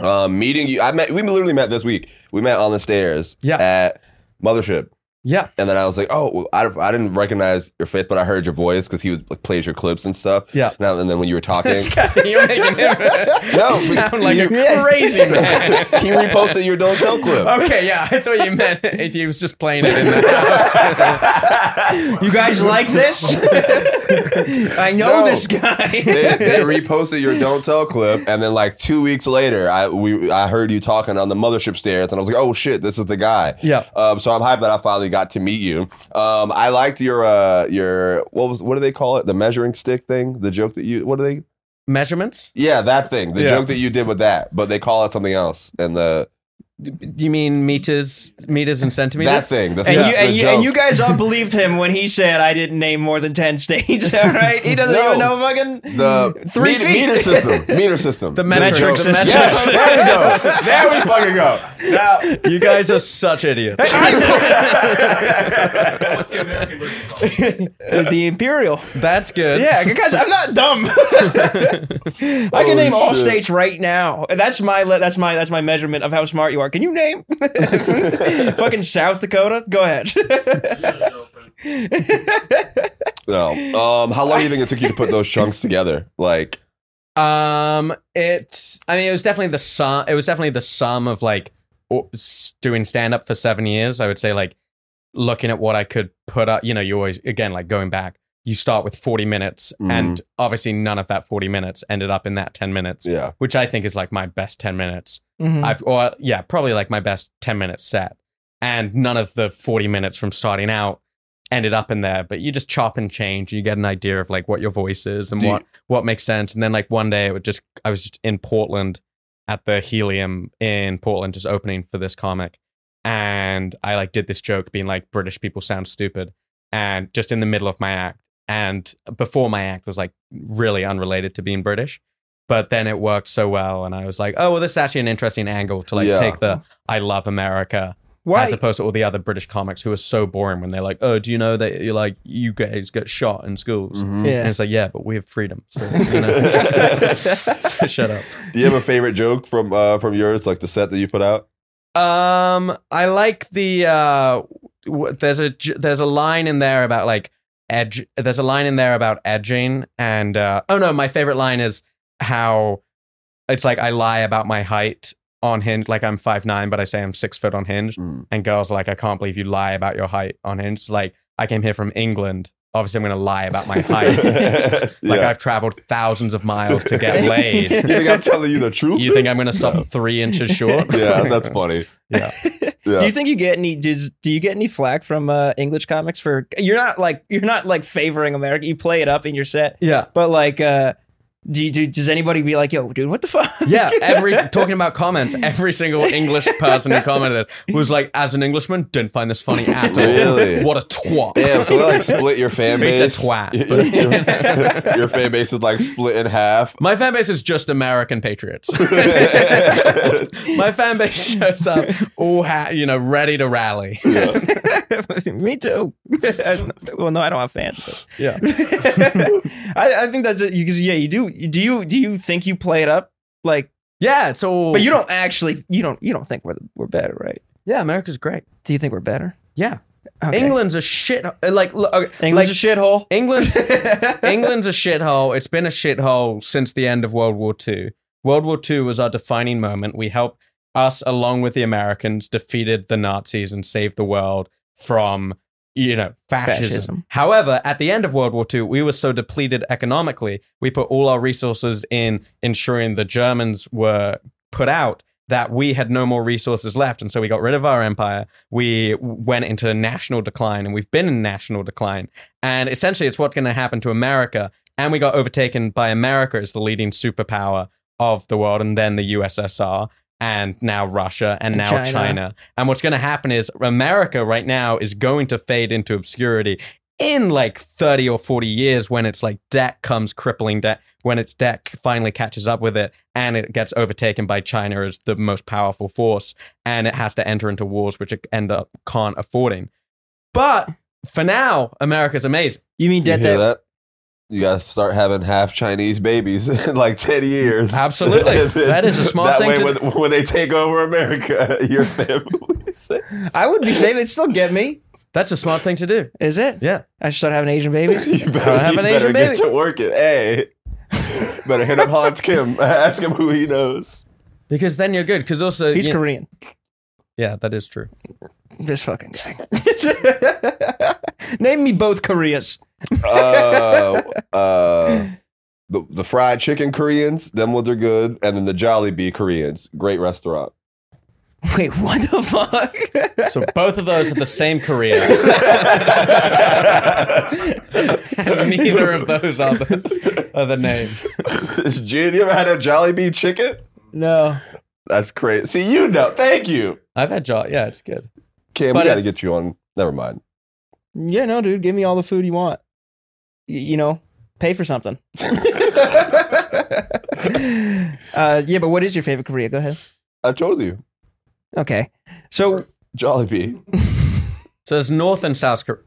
S3: Um, meeting you, I met. We literally met this week. We met on the stairs.
S2: Yeah.
S3: At Mothership.
S2: Yeah. <laughs>
S3: And then I was like, oh, well, I, I didn't recognize your face, but I heard your voice because he was, like, plays your clips and stuff.
S2: Yeah.
S3: Now and then when
S2: <laughs>
S3: you were talking,
S1: Scott, you're making him
S3: No,
S2: sound like a
S1: <laughs>
S2: <laughs>
S1: Yeah.
S2: crazy man.
S3: <laughs> he reposted your don't tell clip.
S2: okay, yeah, I thought you meant he was just playing it in the
S1: <laughs>
S2: house.
S1: You guys like this? <laughs> I know
S3: No.
S1: this guy.
S3: <laughs>
S1: <laughs>
S3: they, they reposted your "Don't Tell" clip, and then like two weeks later, I we I heard you talking on the mothership stairs, and I was like, "Oh shit, this is the guy."
S2: Yeah.
S3: Um, so I'm hyped that I finally got to meet you. Um, I liked your uh your what was what do they call it? The measuring stick thing? The joke that you what do they?
S2: Measurements?
S3: Yeah, that thing. The
S2: Yeah.
S3: joke that you did with that, but they call it something else. And the
S2: You mean meters, meters and centimeters?
S3: that thing. The,
S1: And,
S3: the
S1: you, and, you,
S3: joke.
S1: and you guys all believed him when he said I didn't name more than ten states. <laughs> All right, he doesn't
S3: No.
S1: even know fucking
S3: the
S1: Three
S3: meter,
S1: feet.
S3: meter
S1: <laughs>
S3: system. Meter system.
S2: The metric
S3: joke.
S2: system.
S3: Yes, <laughs> there we go. There we fucking go. Now
S2: you guys are such idiots.
S4: What's the American version called?
S1: the imperial.
S2: That's good.
S1: Yeah, because I'm not dumb. <laughs> I can name all
S3: shit.
S1: states right now. And That's my le- that's my that's my measurement of how smart you are. Can you name <laughs> fucking South Dakota? Go ahead. <laughs>
S3: No. Um, how long do you think it took you to put those chunks together? Like,
S2: Um, it. I mean, it was definitely the sum. It was definitely the sum of like o- s- doing stand up for seven years. I would say like looking at what I could put up. You know, you always again like going back. You start with forty minutes,
S3: Mhm.
S2: and obviously none of that forty minutes ended up in that ten minutes,
S3: yeah,
S2: which I think is like my best ten minutes.
S3: Mm-hmm.
S1: Mhm.
S2: I've or yeah, probably like my best ten minute set, and none of the forty minutes from starting out ended up in there. But you just chop and change. You get an idea of like what your voice is and
S3: Do you-
S2: what what makes sense. And then like one day, it would just I was just in Portland at the Helium in Portland, just opening for this comic, and I like did this joke being like British people sound stupid, and just in the middle of my act. And before my act was like really unrelated to being British but then it worked so well and i was like oh well this is actually an interesting angle to like
S3: Yeah.
S2: take the i love america
S1: Why?
S2: as opposed to all the other british comics who are so boring when they're like oh do you know that you're like you guys get shot in schools
S3: Mm-hmm.
S2: and
S1: yeah.
S2: it's like yeah but we have freedom so, you know. <laughs> So shut up
S3: <laughs> Do you have a favorite joke from uh from yours, like the set that you put out?
S2: Um, I like the uh, w- there's a j- there's a line in there about like edge. There's a line in there about edging, and uh, oh no, my favorite line is how it's like I lie about my height on hinge, like I'm five nine, but I say I'm six foot on hinge,
S3: Mm.
S2: and girls are like I can't believe you lie about your height on hinge. Like I came here from England. Obviously, I'm gonna lie about my height. Like
S3: <laughs> <laughs> yeah.
S2: I've traveled thousands of miles to
S3: <laughs>
S2: get laid.
S3: you think I'm telling you the truth?
S2: You think I'm gonna stop three inches short?
S3: yeah, that's funny.
S2: Yeah.
S3: yeah.
S1: Do you think you get any? Do, do you get any flack from uh, English comics for you're not like you're not like favoring America? You play it up in your set,
S2: <laughs> yeah.
S1: but like, uh, do, you, do does anybody be like, yo, dude, what the fuck?
S2: Yeah,
S1: <laughs>
S2: every talking about comments, every single English person who commented was like, "As an Englishman, didn't find this funny at all.
S3: Really?
S2: What a twat!"
S3: Damn, so they like split your fan
S2: He
S3: base.
S2: said twat,
S3: Your,
S2: but-
S3: <laughs> your- your fan base is like split in half.
S2: My fan base is just American patriots.
S3: yeah.
S2: My fan base shows up all, ha- you know, ready to rally.
S1: <laughs> Me too. well, no, I don't have fans. but-
S2: Yeah.
S1: <laughs> I, I think that's it because yeah, you do. Do you do you think you play it up like?
S2: Yeah, it's all.
S1: But you don't actually. You don't. You don't think we're we're better, right?
S2: Yeah, America's great.
S1: Do you think we're better?
S2: Yeah,
S1: Okay.
S2: England's a shit. Like, look, okay,
S1: England's
S2: like,
S1: a shithole.
S2: England's England's a shithole. It's been a shithole since the end of World War II. World War II was our defining moment. We helped us, along with the Americans, defeated the Nazis and saved the world from you know fascism.
S1: Fascism.
S2: However, at the end of World War II, we were so depleted economically, we put all our resources in ensuring the Germans were put out that we had no more resources left. And so we got rid of our empire. We went into national decline and we've been in national decline. And essentially, it's what's going to happen to America. And we got overtaken by America as the leading superpower of the world, and then the USSR, and now Russia, and,
S1: And
S2: now
S1: China.
S2: China. And what's going to happen is America right now is going to fade into obscurity in like 30 or 40 years when its like debt comes crippling debt when its debt finally catches up with it and it gets overtaken by China as the most powerful force and it has to enter into wars which it end up can't affording but for now America's amazing
S1: You mean
S3: You
S1: dead that?
S3: hear that? You gotta start having half Chinese babies <laughs> in like ten years.
S2: Absolutely.
S3: <laughs> And then
S2: That is a small
S3: that
S2: thing
S3: way
S2: to-
S3: when, when they take over America, <laughs> your family. <laughs>
S1: I would be safe. They'd still get me.
S2: That's a smart thing to do.
S1: Is it?
S2: Yeah.
S1: I should start having Asian <laughs> babies.
S3: You better,
S1: I'll have
S3: you
S1: an
S3: better
S1: Asian
S3: get
S1: baby.
S3: to work it. Hey, <laughs> better hit up Hans Kim. <laughs> Ask him who he knows.
S2: Because then you're good. Because also,
S1: He's
S2: you-
S1: Korean.
S2: yeah, that is true.
S1: This fucking guy. <laughs> Name me both Koreas.
S3: Uh, uh, the the fried chicken Koreans, them ones are good, and then the Jolly Bee Koreans, great
S2: <laughs>
S3: restaurant. <laughs>
S1: Wait, what the fuck?
S2: So both of those are the same <laughs> Korea. and neither of those are the, are the name.
S3: Gene, you ever had a Jolly Bee chicken?
S1: <laughs> no.
S3: That's crazy. See, you know. Thank you,
S2: I've had jaw. Yeah, it's good.
S3: Cam.
S2: But
S3: we got to
S2: it's-
S3: get you on. Never mind. <laughs>
S1: Yeah, no, dude. Give me all the food you want. Y- you know, pay for something. uh, yeah, but what is your favorite Korea? Go ahead.
S3: I told you,
S1: Okay. So,
S3: Jolly Bee.
S2: So it's North and South Korea.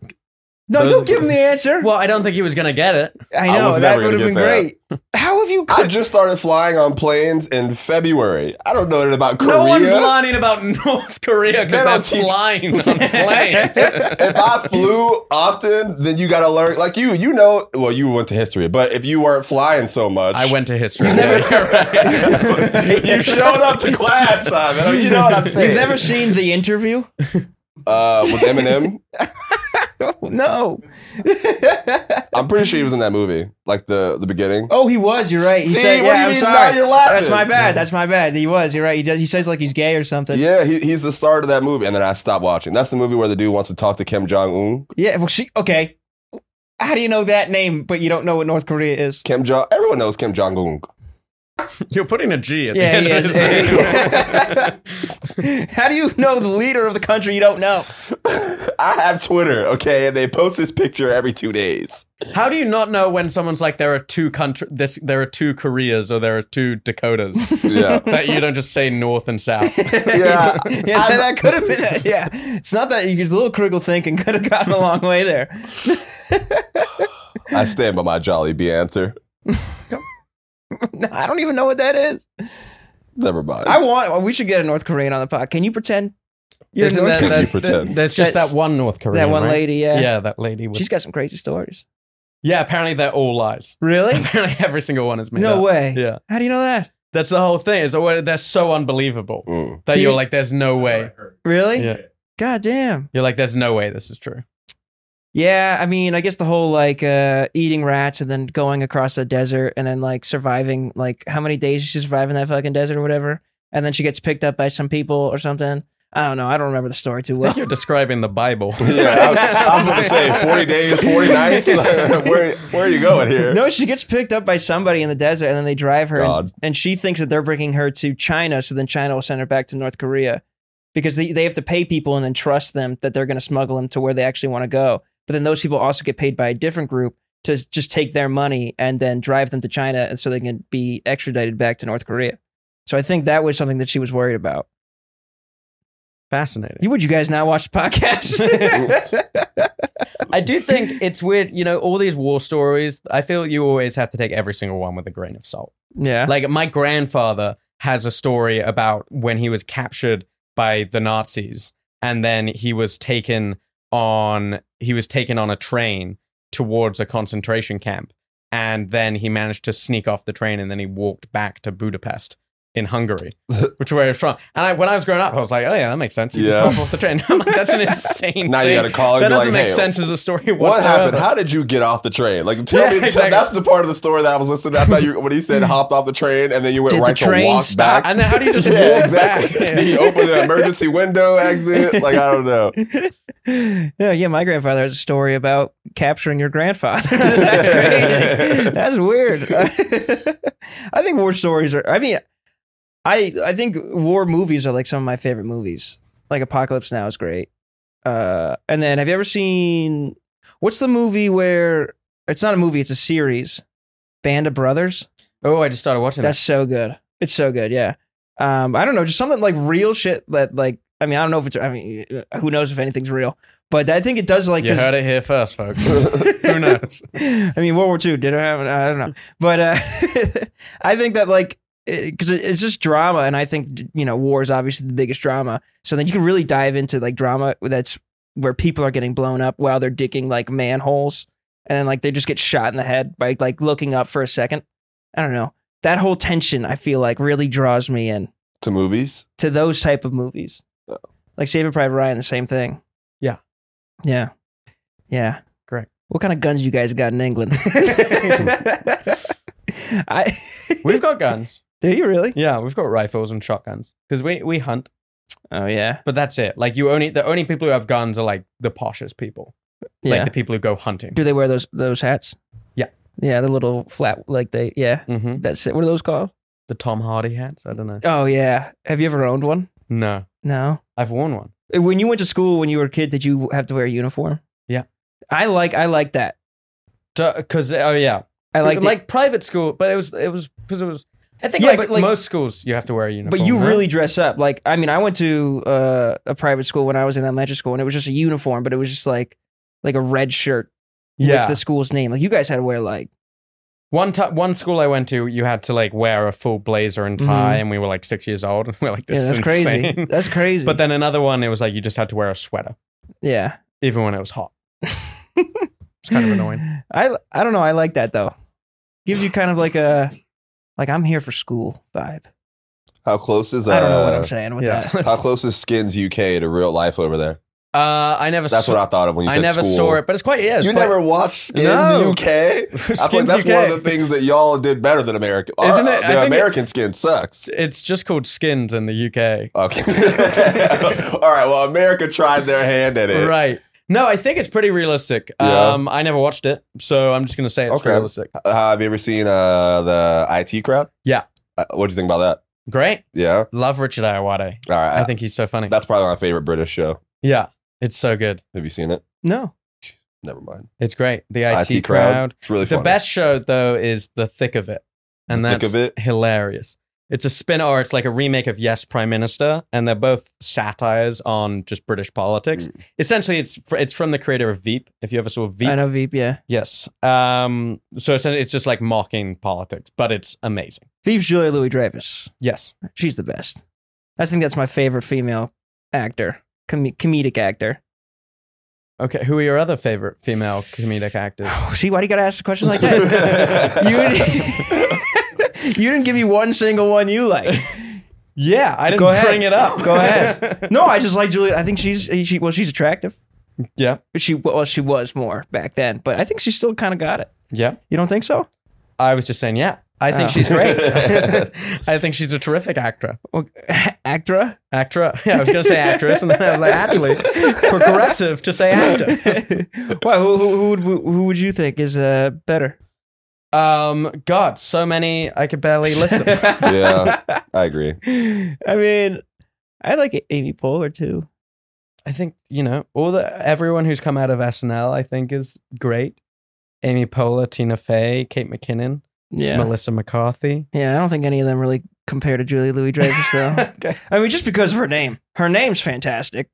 S1: no,
S2: Those-
S1: don't give him the answer.
S2: Well, I don't think he was going to get it.
S1: I
S3: I
S1: know,
S3: was
S1: that
S3: never
S1: would
S3: gonna
S1: have been
S3: get that.
S1: great.
S3: <laughs>
S1: How have you
S3: I
S1: cooked?
S3: just started flying on planes in February. I don't know anything about Korea.
S2: No one's lying about North Korea
S3: They
S2: because
S3: don't
S2: they're
S3: teach-
S1: <laughs>
S2: flying on planes.
S3: <laughs> if I flew often, then you got to learn. Like you, you know. Well, you went to history, but if you weren't flying so much,
S2: I went to
S1: <laughs>
S2: history. <laughs>
S3: you showed up to class, Simon. I mean, you know what I'm saying?
S1: You've never seen The
S3: <laughs>
S1: Interview?
S3: uh, with Eminem.
S1: no.
S3: I'm pretty sure he was in that movie, like the the beginning.
S1: Oh, he was. You're right. He
S3: See,
S1: said,
S3: what
S1: yeah,
S3: do you
S1: I'm
S3: mean?
S1: sorry.
S3: Now you're laughing.
S1: That's my bad. That's my bad. He was. You're right. He does. He says like he's gay or something. Yeah.
S3: Yeah, he, he's the star of that movie, and then I stopped watching. That's the movie where the dude wants to talk to Kim Jong Un.
S1: well, she. Okay. How do you know that name, but you don't know what North Korea is?
S3: Kim Jong. Everyone knows Kim Jong Un.
S2: You're putting a G at the <laughs>
S1: Yeah,
S2: end
S1: he
S2: of his name. <laughs>
S1: is. <laughs> How do you know the leader of the country you don't know?
S3: I have Twitter, okay, and they post this picture every two days.
S2: How do you not know when someone's like there are two country this there are two Koreas or there are two Dakotas
S3: Yeah,
S2: that you don't just say North and <laughs> South?
S3: yeah.
S1: <laughs> Yeah,
S3: I-
S1: that could have been. it. Yeah, it's not that you, a little critical thinking could have <laughs> gotten a long way there.
S3: <laughs> I stand by my Jolly Bee answer.
S1: No, I don't even know what that is.
S3: Never mind.
S1: I want. We should get a North Korean on the pod. Can you pretend? You're
S2: Isn't
S1: North
S2: there-
S1: Korean?
S2: there's,
S3: You pretend.
S2: there's just
S1: That-
S2: that one North Korean.
S1: that one
S2: right?
S1: lady? Yeah.
S2: Yeah, that lady was.
S1: she's got some crazy stories.
S2: yeah, apparently they're all lies. <laughs>
S1: Really?
S2: Apparently every single one is made
S1: <laughs> No
S2: up.
S1: way.
S2: Yeah,
S1: How do you know that?
S2: that's the whole thing. Is that we're- they're so unbelievable
S3: Mm.
S2: that
S1: He-
S2: you're like, there's no way.
S1: Really?
S2: Yeah.
S1: God damn.
S2: You're like, there's no way this is true.
S1: Yeah, I mean, I guess the whole like uh, eating rats and then going across the desert and then like surviving like how many days did she survive in that fucking desert or whatever, and then she gets picked up by some people or something. I don't know. I don't remember the story too
S2: I think
S1: well.
S2: <laughs> you're describing the <laughs> Bible.
S3: Yeah, I, I was going to say 40 days, 40
S1: <laughs>
S3: nights. <laughs> where, where are you going <laughs> here?
S1: No, she gets picked up by somebody in the desert and then they drive her and,
S3: God.
S1: and she thinks that they're bringing her to China so then China will send her back to North Korea because they, they have to pay people and then trust them that they're going to smuggle them to where they actually want to go. But then those people also get paid by a different group to just take their money and then drive them to China and so they can be extradited back to North Korea. So I think that was something that she was worried about.
S2: Fascinating.
S1: You would you guys not watch the
S3: <laughs>
S1: podcast? <laughs>
S2: I do think it's weird, you know, all these war stories. I feel you always have to take every single one with a grain of salt.
S1: yeah.
S2: Like my grandfather has a story about when he was captured by the Nazis and then he was taken on he was taken on a train towards a concentration camp and then he managed to sneak off the train and then he walked back to Budapest in Hungary,
S3: <laughs>
S2: which where he's from. And I, when I was growing up, I was like, oh yeah, that makes sense. You
S3: Yeah.
S2: just hop off the train. <laughs> I'm like,
S3: <laughs>
S2: that's an insane
S3: Now you
S2: thing.
S3: got to call and
S2: That
S3: be
S2: doesn't
S3: like,
S2: make
S3: hey,
S2: sense as a story whatsoever.
S3: What happened? How did you get off the train? Like, tell
S2: Yeah,
S3: me. tell-
S2: exactly.
S3: That's the part of the story that I was listening. to. I thought you when he said hopped off the train and then you went
S1: Did the
S3: right to
S1: train
S3: walk
S1: stop?
S3: back.
S2: and
S3: <laughs>
S2: then how do you just
S3: yeah,
S2: walk
S3: exactly.
S2: back?
S3: Did he open the emergency window exit? Like, I don't
S1: <laughs>
S3: know.
S1: yeah, yeah, my grandfather has a story about capturing your grandfather. <laughs> That's crazy. That's weird. I think war stories are I mean I I think war movies are like some of my favorite movies. Like Apocalypse Now is great. Uh and then have you ever seen what's the movie where it's not a movie, it's a series. Band of Brothers?
S2: Oh, I just started watching
S1: That's
S2: that.
S1: so good. It's so good. Yeah. Um, I don't know, just something like real shit that like I mean I don't know if it's I mean uh, who knows if anything's real, but I think it does like
S2: You
S1: 'cause-
S2: heard it here first, folks. <laughs>
S3: <laughs>
S2: Who knows?
S1: I mean World War II did it happen? I don't know, but uh, <laughs> I think that like because it's just drama, and I think you know war is obviously the biggest drama. So then you can really dive into like drama that's where people are getting blown up while they're digging like manholes, and then like they just get shot in the head by like looking up for a second. I don't know. That whole tension I feel like really draws me in
S3: to movies.
S1: to those type of movies.
S3: Oh.
S1: Like Saving Private Ryan, the same thing.
S2: Yeah.
S1: Yeah. Yeah.
S2: Correct.
S1: What kind of guns you guys got in England? I
S2: We've got guns.
S1: Do you really?
S2: Yeah, we've got rifles and shotguns because we we hunt,
S1: Oh yeah.
S2: but that's it. Like you only the only people who have guns are like the poshest people,
S1: Yeah.
S2: like the people who go hunting.
S1: Do they wear those those hats?
S2: Yeah.
S1: Yeah, the little flat like they yeah.
S2: hmm
S1: That's it. What are those called?
S2: The Tom Hardy hats. I don't know.
S1: Oh yeah. Have you ever owned one?
S2: No,
S1: No.
S2: I've worn one.
S1: When you went to school when you were a kid, did you have to wear a uniform?
S2: Yeah.
S1: I like I like that.
S2: Because oh yeah,
S1: I like
S2: like private school, but it was it was because it was. I think
S1: Yeah,
S2: like,
S1: but, like-
S2: most schools you have to wear a uniform.
S1: But you
S2: right?
S1: really dress up. Like, I mean, I went to uh, a private school when I was in elementary school, and it was just a uniform, but it was just like like a red shirt
S2: yeah.
S1: with the school's name. Like, you guys had to wear like
S2: One ti one school I went to, you had to like wear a full blazer and tie,
S1: Mhm.
S2: and we were like six years old, and we're like, this
S1: yeah, that's
S2: is
S1: crazy.
S2: insane. <laughs>
S1: That's crazy.
S2: But then another one, it was like you just had to wear a sweater,
S1: yeah,
S2: even when it was hot. it's kind of annoying.
S1: <laughs> I I don't know. I like that though. Gives you kind of like a like I'm here for school vibe.
S3: How close is uh,
S1: I don't know what I'm saying with
S2: Yeah.
S1: that.
S3: how close is Skins UK to real life over there?
S2: <laughs> Uh, I never.
S3: That's
S2: saw,
S3: what I thought of when you
S2: I
S3: said
S2: never
S3: school.
S2: saw it, but it's quite yeah. it's
S3: You
S2: quite- <laughs>
S3: never watched Skins
S2: No.
S3: UK? I feel like
S2: Skins
S3: that's
S2: UK.
S3: one of the things that y'all did better than America. Our-
S2: Isn't it? I
S3: The
S2: think
S3: American skin sucks.
S2: It's, it's just called skins in the UK. <laughs>
S3: Okay. <laughs> All right. Well, America tried their hand at it.
S2: Right. No, I think it's pretty realistic.
S3: Yeah.
S2: Um, I never watched it, so I'm just gonna say it's
S3: Okay.
S2: realistic.
S3: Uh, have you ever seen uh, the IT crowd?
S2: Yeah.
S3: Uh, what do you think about that?
S2: Great.
S3: Yeah. All
S2: Love Richard Iowade.
S3: right.
S2: I think he's so funny.
S3: that's probably my favorite British show.
S2: Yeah, it's so good.
S3: Have you seen it?
S1: <laughs> No,
S3: Never mind.
S2: It's great. The IT, crowd.
S3: It's really
S2: The
S3: funny.
S2: best show though is The Thick of It, and
S3: The Thick
S2: that's
S3: of It?
S2: hilarious. It's a spin or it's like a remake of Yes Prime Minister, and they're both satires on just British politics.
S3: Hmm.
S2: Essentially, it's fr- it's from the creator of Veep. If you ever saw Veep,
S1: I know Veep. Yeah,
S2: yes. Um, so it's it's just like mocking politics, but it's amazing.
S1: Veep's Julia Louis Dreyfus.
S2: Yes,
S1: She's the best. I think that's my favorite female actor, com- comedic actor.
S2: Okay, who are your other favorite female comedic actors?
S1: Oh, see, why do you gotta ask a question like
S2: <laughs>
S1: that? you, didn't, <laughs> you didn't give me one single one you like.
S2: <gasps> Yeah, I didn't
S1: Go ahead.
S2: bring it up.
S1: Go ahead. No, I just like Julia. I think she's she well, she's attractive.
S2: <laughs> yeah,
S1: She well, she was more back then, but I think she still kind of got it.
S2: yeah.
S1: You don't think so?
S2: I was just saying, yeah. I think
S1: Oh.
S2: she's <laughs> great. I think she's a terrific actor.
S1: Well, <laughs> actra. <laughs>
S2: Actra. <laughs> Yeah, I was going to say actress, and then I was like, actually, progressive to say actor.
S1: Why? Who, who, who would who would you think is uh, better?
S2: Um, God, so many I could barely list
S1: <laughs>
S2: them.
S3: yeah, <laughs> I agree.
S1: I mean, I like Amy Poehler too.
S2: I think you know all the everyone who's come out of SNL. I think is great. Amy Poehler, Tina Fey, Kate McKinnon,
S1: Yeah,
S2: Melissa McCarthy.
S1: yeah. I don't think any of them really compare to Julia Louis Dreyfus though. <laughs>
S2: okay.
S1: I mean, just because of her name. Her name's fantastic.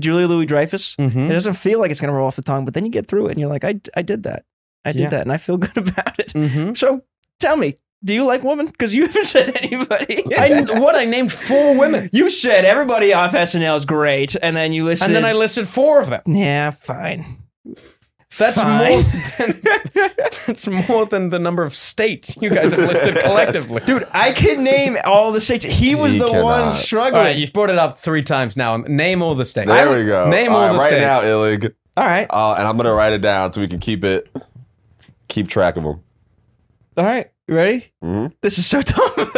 S1: Julia Louis Dreyfus. It
S2: hmm
S1: doesn't feel like it's going to roll off the tongue, but then you get through it and you're like, I, I did that. I did
S2: Yeah.
S1: that and I feel <laughs> good about it.
S2: hmm
S1: So tell me, do you like women? Because you <laughs> haven't said anybody.
S2: I,
S1: <laughs>
S2: what I named four women,
S1: you said everybody off SNL is great. And then you listen. <laughs>
S2: and then I listed four of them.
S1: Yeah, fine.
S2: That's
S1: Fine.
S2: more. Than, <laughs> that's more than the number of states you guys have
S1: <laughs>
S2: listed collectively.
S1: Dude, I can name all the states. He was
S3: He
S1: the one
S3: cannot.
S2: all
S1: struggling.
S2: right, you've brought it up three times now. Name all the states.
S3: There we go.
S2: Name all,
S3: All right,
S2: the
S3: right
S2: states.
S3: now, Illig.
S1: All right.
S3: Uh, and I'm gonna write it down so we can keep it, keep track of them.
S1: All right. You ready?
S3: Mhm.
S1: This is so <laughs> dumb.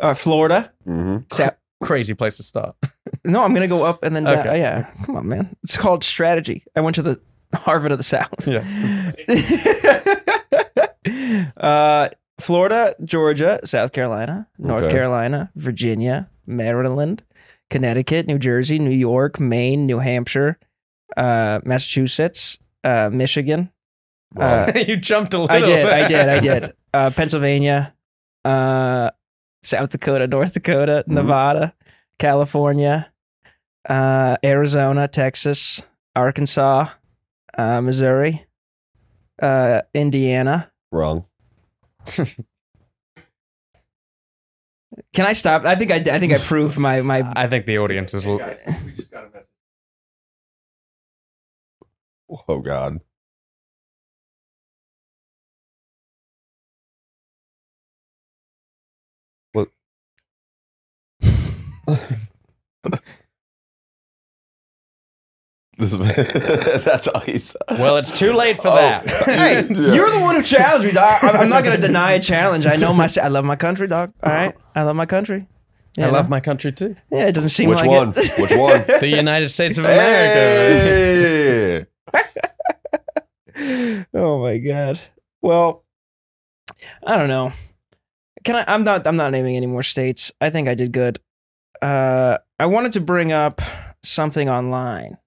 S1: uh, Florida.
S3: Mm-hmm.
S1: Sa-
S2: Crazy place to start.
S1: <laughs> No, I'm gonna go up and then down.
S2: Okay.
S1: Yeah, come on, man. It's called strategy. I went to the <laughs> Harvard of the South.
S2: <laughs> Yeah.
S1: uh, Florida, Georgia, South Carolina, North
S3: Okay.
S1: Carolina, Virginia, Maryland, Connecticut, New Jersey, New York, Maine, New Hampshire, uh, Massachusetts, uh, Michigan. Uh,
S2: you jumped a little.
S1: <laughs> I did,
S2: bit.
S1: I did,
S2: <laughs>
S1: I
S3: <laughs>
S1: did. Uh, Pennsylvania, uh, South Dakota, North Dakota,
S3: Mhm.
S1: Nevada, California, uh, Arizona, Texas, Arkansas, uh, Missouri, uh, Indiana.
S3: Wrong.
S1: Can I stop? I
S3: <laughs>
S1: think I, I think I proved my my.
S2: I think the audience is. l-
S3: Oh God. What? <laughs> this man, <laughs> that's all he said.
S2: Well, it's too late for
S3: Oh. <laughs>
S1: <laughs>
S2: that. <laughs>
S1: Hey,
S3: Yeah.
S1: you're the one who challenged me. Dog. I, I'm not gonna deny a challenge. I know my. I love my country, dog. All right, I love my country.
S2: I
S1: You
S2: love
S1: know?
S2: my country too.
S1: Yeah, it doesn't seem
S3: Which
S1: like
S3: one?
S1: <laughs> it.
S3: Which one?
S2: The United States of <laughs> America.
S3: Hey! <laughs>
S1: oh my god. Well, I don't know. Can I? I'm not. I'm not naming any more states. I think I did good. Uh, I wanted to bring up something online,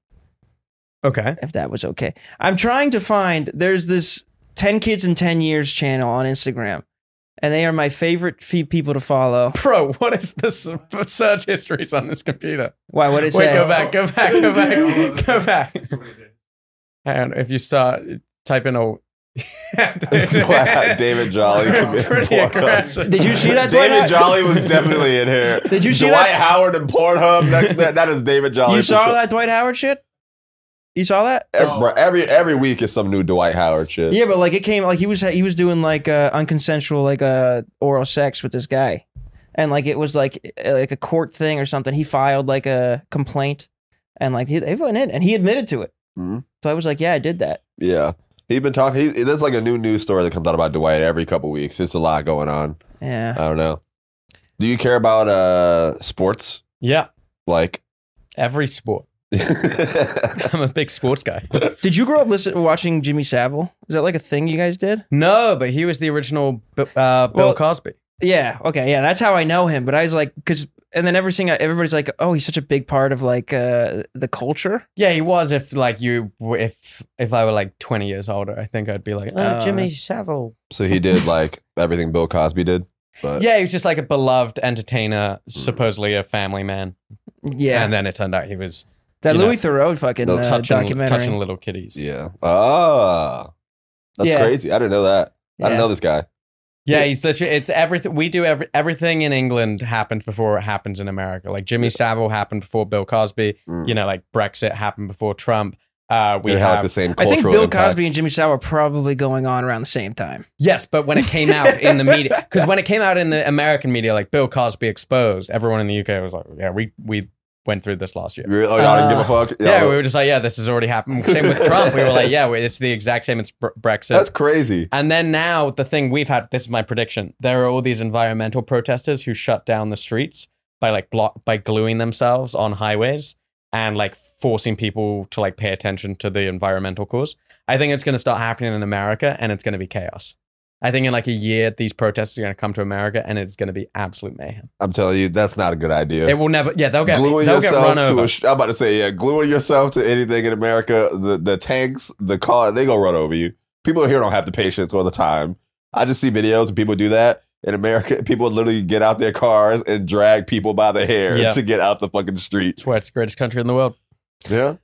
S2: Okay.
S1: if that was okay. I'm trying to find. There's this ten kids in ten years channel on Instagram, and they are my favorite few people to follow.
S2: Bro, what is this <laughs> search histories on this computer?
S1: Why? What did it
S2: Wait,
S1: say?
S2: go back, go back, go back,
S3: <laughs>
S2: go back. <laughs> And if you start typing a <laughs>
S3: David Jolly committed
S2: pretty
S3: Pornhub.
S2: aggressive.
S1: Did you see that? Dwight?
S3: David Jolly was definitely in
S1: <laughs>
S3: here.
S1: Did you see
S3: Dwight
S1: that?
S3: Howard and Pornhub?
S1: <laughs>
S3: That, that, that is David Jolly.
S1: You
S3: for
S1: saw
S3: sure.
S1: that Dwight Howard shit? You saw that?
S3: Every, bro, every every week is some new Dwight Howard shit.
S1: Yeah, but like it came like he was he was doing like uh, unconsensual like uh, oral sex with this guy, and like it was like uh, like a court thing or something. He filed like a complaint, and like he, they went in and he admitted to it.
S3: Mhm.
S1: So I was like, yeah, I did that.
S3: Yeah. He's been talking. He, there's like a new news story that comes out about Dwight every couple weeks. It's a lot going on.
S1: Yeah,
S3: I don't know. Do you care about uh sports?
S2: Yeah,
S3: Like, <laughs>
S2: every sport. <laughs>
S3: yeah,
S2: I'm a big sports guy.
S1: did you grow up listen watching Jimmy Savile? Is that like a thing you guys did?
S2: No, but he was the original B- uh, Bill
S1: Well-
S2: Cosby.
S1: Yeah, okay, yeah, that's how I know him. But I was like, because and then everything, everybody's like, oh, he's such a big part of like uh, the culture.
S2: Yeah, he was. If like you, if if I were like 20 years older, I think I'd be like, oh,
S1: Uh,
S2: Jimmy Savile.
S3: so he did like everything Bill Cosby did. But
S2: Yeah, he was just like a beloved entertainer, supposedly a family man.
S1: Uh, Yeah,
S2: And then it turned out he was
S1: that
S2: you know,
S1: Louis Theroux fucking
S3: they'll
S1: uh,
S2: touching,
S1: documentary.
S2: touching little kiddies.
S3: yeah, ah, that's
S1: Yeah.
S3: crazy. I didn't know that. I
S1: Yeah.
S3: didn't know this guy.
S2: Yeah, it's, such a- it's everything. We do every, everything in England happened before it happens in America. Like Jimmy Savile happened before Bill Cosby.
S3: Mm.
S2: You know, like Brexit happened before Trump. Uh, we
S3: We had like
S2: have
S3: the same
S1: I
S3: cultural.
S1: think Bill
S3: impact.
S1: Cosby and Jimmy Savile are probably going on around the same time.
S2: yes, but when it came out in the media, because when it came out in the American media, like Bill Cosby exposed, everyone in the UK was like, "Yeah, we we went through this last year."
S3: Really? Oh, y'all didn't
S1: Uh,
S3: give a fuck. Y'all
S2: Yeah,
S3: were-
S2: we were just like, "Yeah, this has already happened." Same with Trump. We were like, "Yeah, it's the exact same. It's Bre- Brexit."
S3: that's crazy.
S2: And then now the thing we've had this is my prediction. There are all these environmental protesters who shut down the streets by like block by gluing themselves on highways and like forcing people to like pay attention to the environmental cause. I think it's going to start happening in America and it's going to be chaos. I think in like a year these protests are going to come to America and it's going to be absolute mayhem.
S3: I'm telling you, that's not a good idea.
S2: It will never yeah, they'll get
S3: gluing
S2: they'll get
S3: yourself
S2: run
S3: to
S2: over.
S3: a sh- I'm about to say yeah, gluing yourself to anything in America, the the tanks, the car, they gonna run over you. People here don't have the patience or the time. I just see videos and people do that in America. <laughs> People literally get out their cars and drag people by the hair
S2: Yeah.
S3: to get out the fucking street.
S2: it's where it's the greatest country in the world.
S3: Yeah,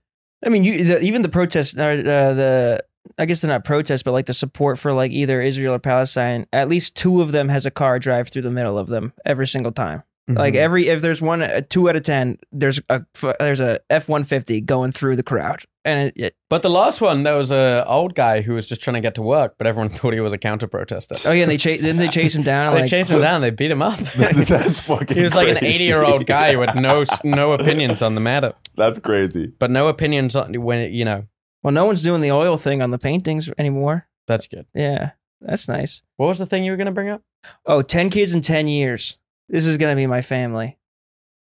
S1: I mean, you, the, even the protests, uh, uh, the I guess they're not protests, but like the support for like either Israel or Palestine. At least two of them has a car drive through the middle of them every single time.
S3: Mm-hmm.
S1: Like
S2: Mhm.
S1: every if there's one uh, two out of ten, there's a f- there's a F one fifty going through the crowd, and it, it,
S2: But the last one there was a old guy who was just trying to get to work, but everyone <laughs> thought he was a counter protester.
S3: <laughs>
S1: oh yeah, and they chase then they chase him down.
S2: <laughs> they
S1: like,
S2: chased him down. They beat him <laughs> up.
S3: <laughs> that's fucking.
S2: he was like an
S3: crazy.
S2: eighty-year-old <laughs>
S3: <laughs>
S2: guy with no no opinions on the matter,
S3: That's crazy.
S2: but no opinions on when you know.
S1: well, no one's doing the oil thing on the paintings anymore.
S2: That's good.
S1: Yeah, that's nice.
S2: What was the thing you were going to bring up?
S1: Oh, 10 kids in 10 years. This is going to be my family.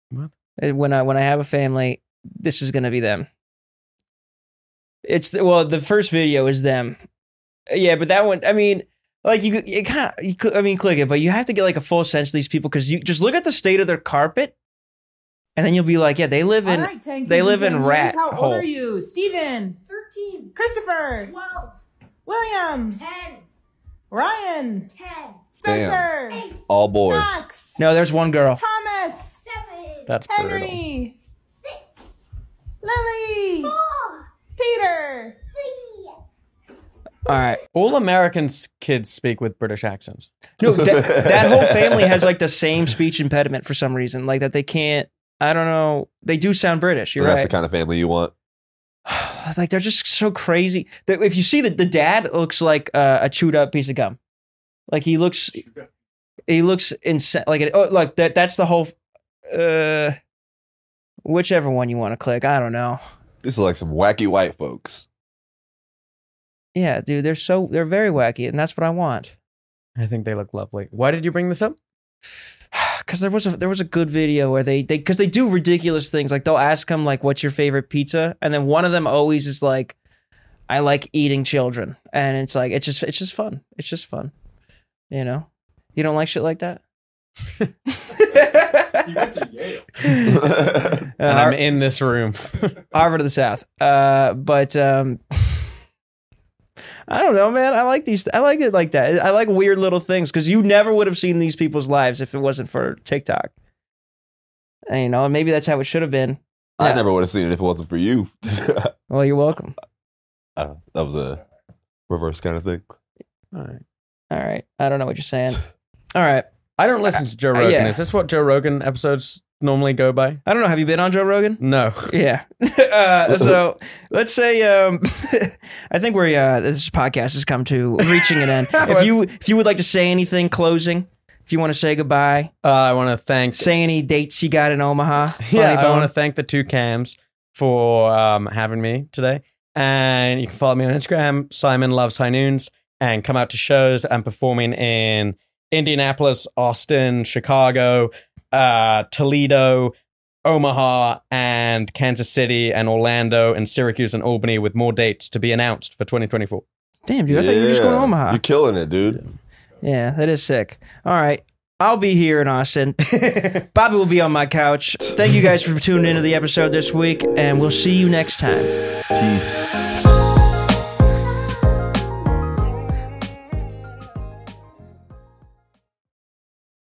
S2: What?
S1: Uh, When I when I have a family, this is going to be them. It's the, well, the first video is them. Uh, Yeah, but that one, I mean, like you, could- it kind of, you, cl- I mean, click it, but you have to get like a full sense of these people because you just look at the state of their carpet, and then you'll be like, yeah, they live in.
S4: All right, Tank,
S1: they
S4: you
S1: live
S4: can
S1: in
S4: use-
S1: rat
S4: How
S1: hole.
S4: old are you? Steven,
S5: 13,
S4: Christopher,
S5: 12,
S4: William,
S5: 10,
S4: Ryan,
S5: 10,
S4: Spencer,
S5: 8,
S3: All boys.
S4: Knox,
S1: No, there's one girl.
S4: Thomas,
S5: 7,
S2: That's brutal.
S4: Henry, Lily,
S5: 4,
S4: Peter.
S5: 3.
S1: All right.
S2: All Americans kids speak with British accents.
S1: No, that, that whole family has like the same speech impediment for some reason, like that they can't. I don't know. They do sound British.
S3: So
S1: You're
S3: that's
S1: right.
S3: the kind of family you want.
S1: <sighs> like they're just so crazy. That if you see that the dad looks like uh, a chewed up piece of gum, like he looks, he looks insane. Like oh, look that that's the whole, uh, whichever one you want to click. I don't know.
S3: This is like some wacky
S2: <laughs>
S3: white folks. <laughs>
S1: Yeah, dude, they're so they're very wacky, and that's what I want.
S2: I think they look lovely. Why did you bring this up?
S1: <sighs> Cause there was a there was a good video where they they because they do ridiculous things like they'll ask him like what's your favorite pizza and then one of them always is like I like eating children and it's like it's just it's just fun it's just fun you know you don't like shit like that Uh,
S2: and
S1: Har-
S2: I'm in this room.
S1: Harvard of the South uh but um I don't know man I like these I like it like that I like weird little things because you never would have seen these people's lives if it wasn't for TikTok and you know and maybe that's how it should have been
S3: I
S1: Yeah.
S3: never would have seen it if it wasn't for you. <laughs> I
S1: well you're welcome.
S3: don't know. that was a reverse kind of thing.
S1: All right. I don't know what you're saying. <laughs> All right.
S2: I don't listen to Joe
S1: Uh,
S2: Rogan.
S1: yeah.
S2: Is this what Joe Rogan episodes normally go by?
S1: I don't know. Have you been on Joe Rogan?
S2: No.
S1: Yeah. <laughs> uh, so let's say um, <laughs> I think we're uh, this podcast has come to reaching an <laughs> end. if you if you would like to say anything closing, if you want to say goodbye,
S2: Uh, I want to thank.
S1: say any dates you got in Omaha.
S2: <laughs> yeah,
S1: Funny
S2: I
S1: bone.
S2: want to thank the two cams for um, having me today. And you can follow me on Instagram, Simon Loves High Noons, and come out to shows. I'm performing in Indianapolis, Austin, Chicago, uh, Toledo, Omaha, and Kansas City, and Orlando, and Syracuse, and Albany, with more dates to be announced for 2024.
S1: Damn, dude. I thought you were just
S3: Yeah.
S1: going to Omaha.
S3: You're killing it, dude.
S1: Yeah, that is sick. All right. I'll be here in Austin. Bobby will be on my couch. Thank you guys for tuning into the episode this week, and we'll see you next time.
S3: Peace.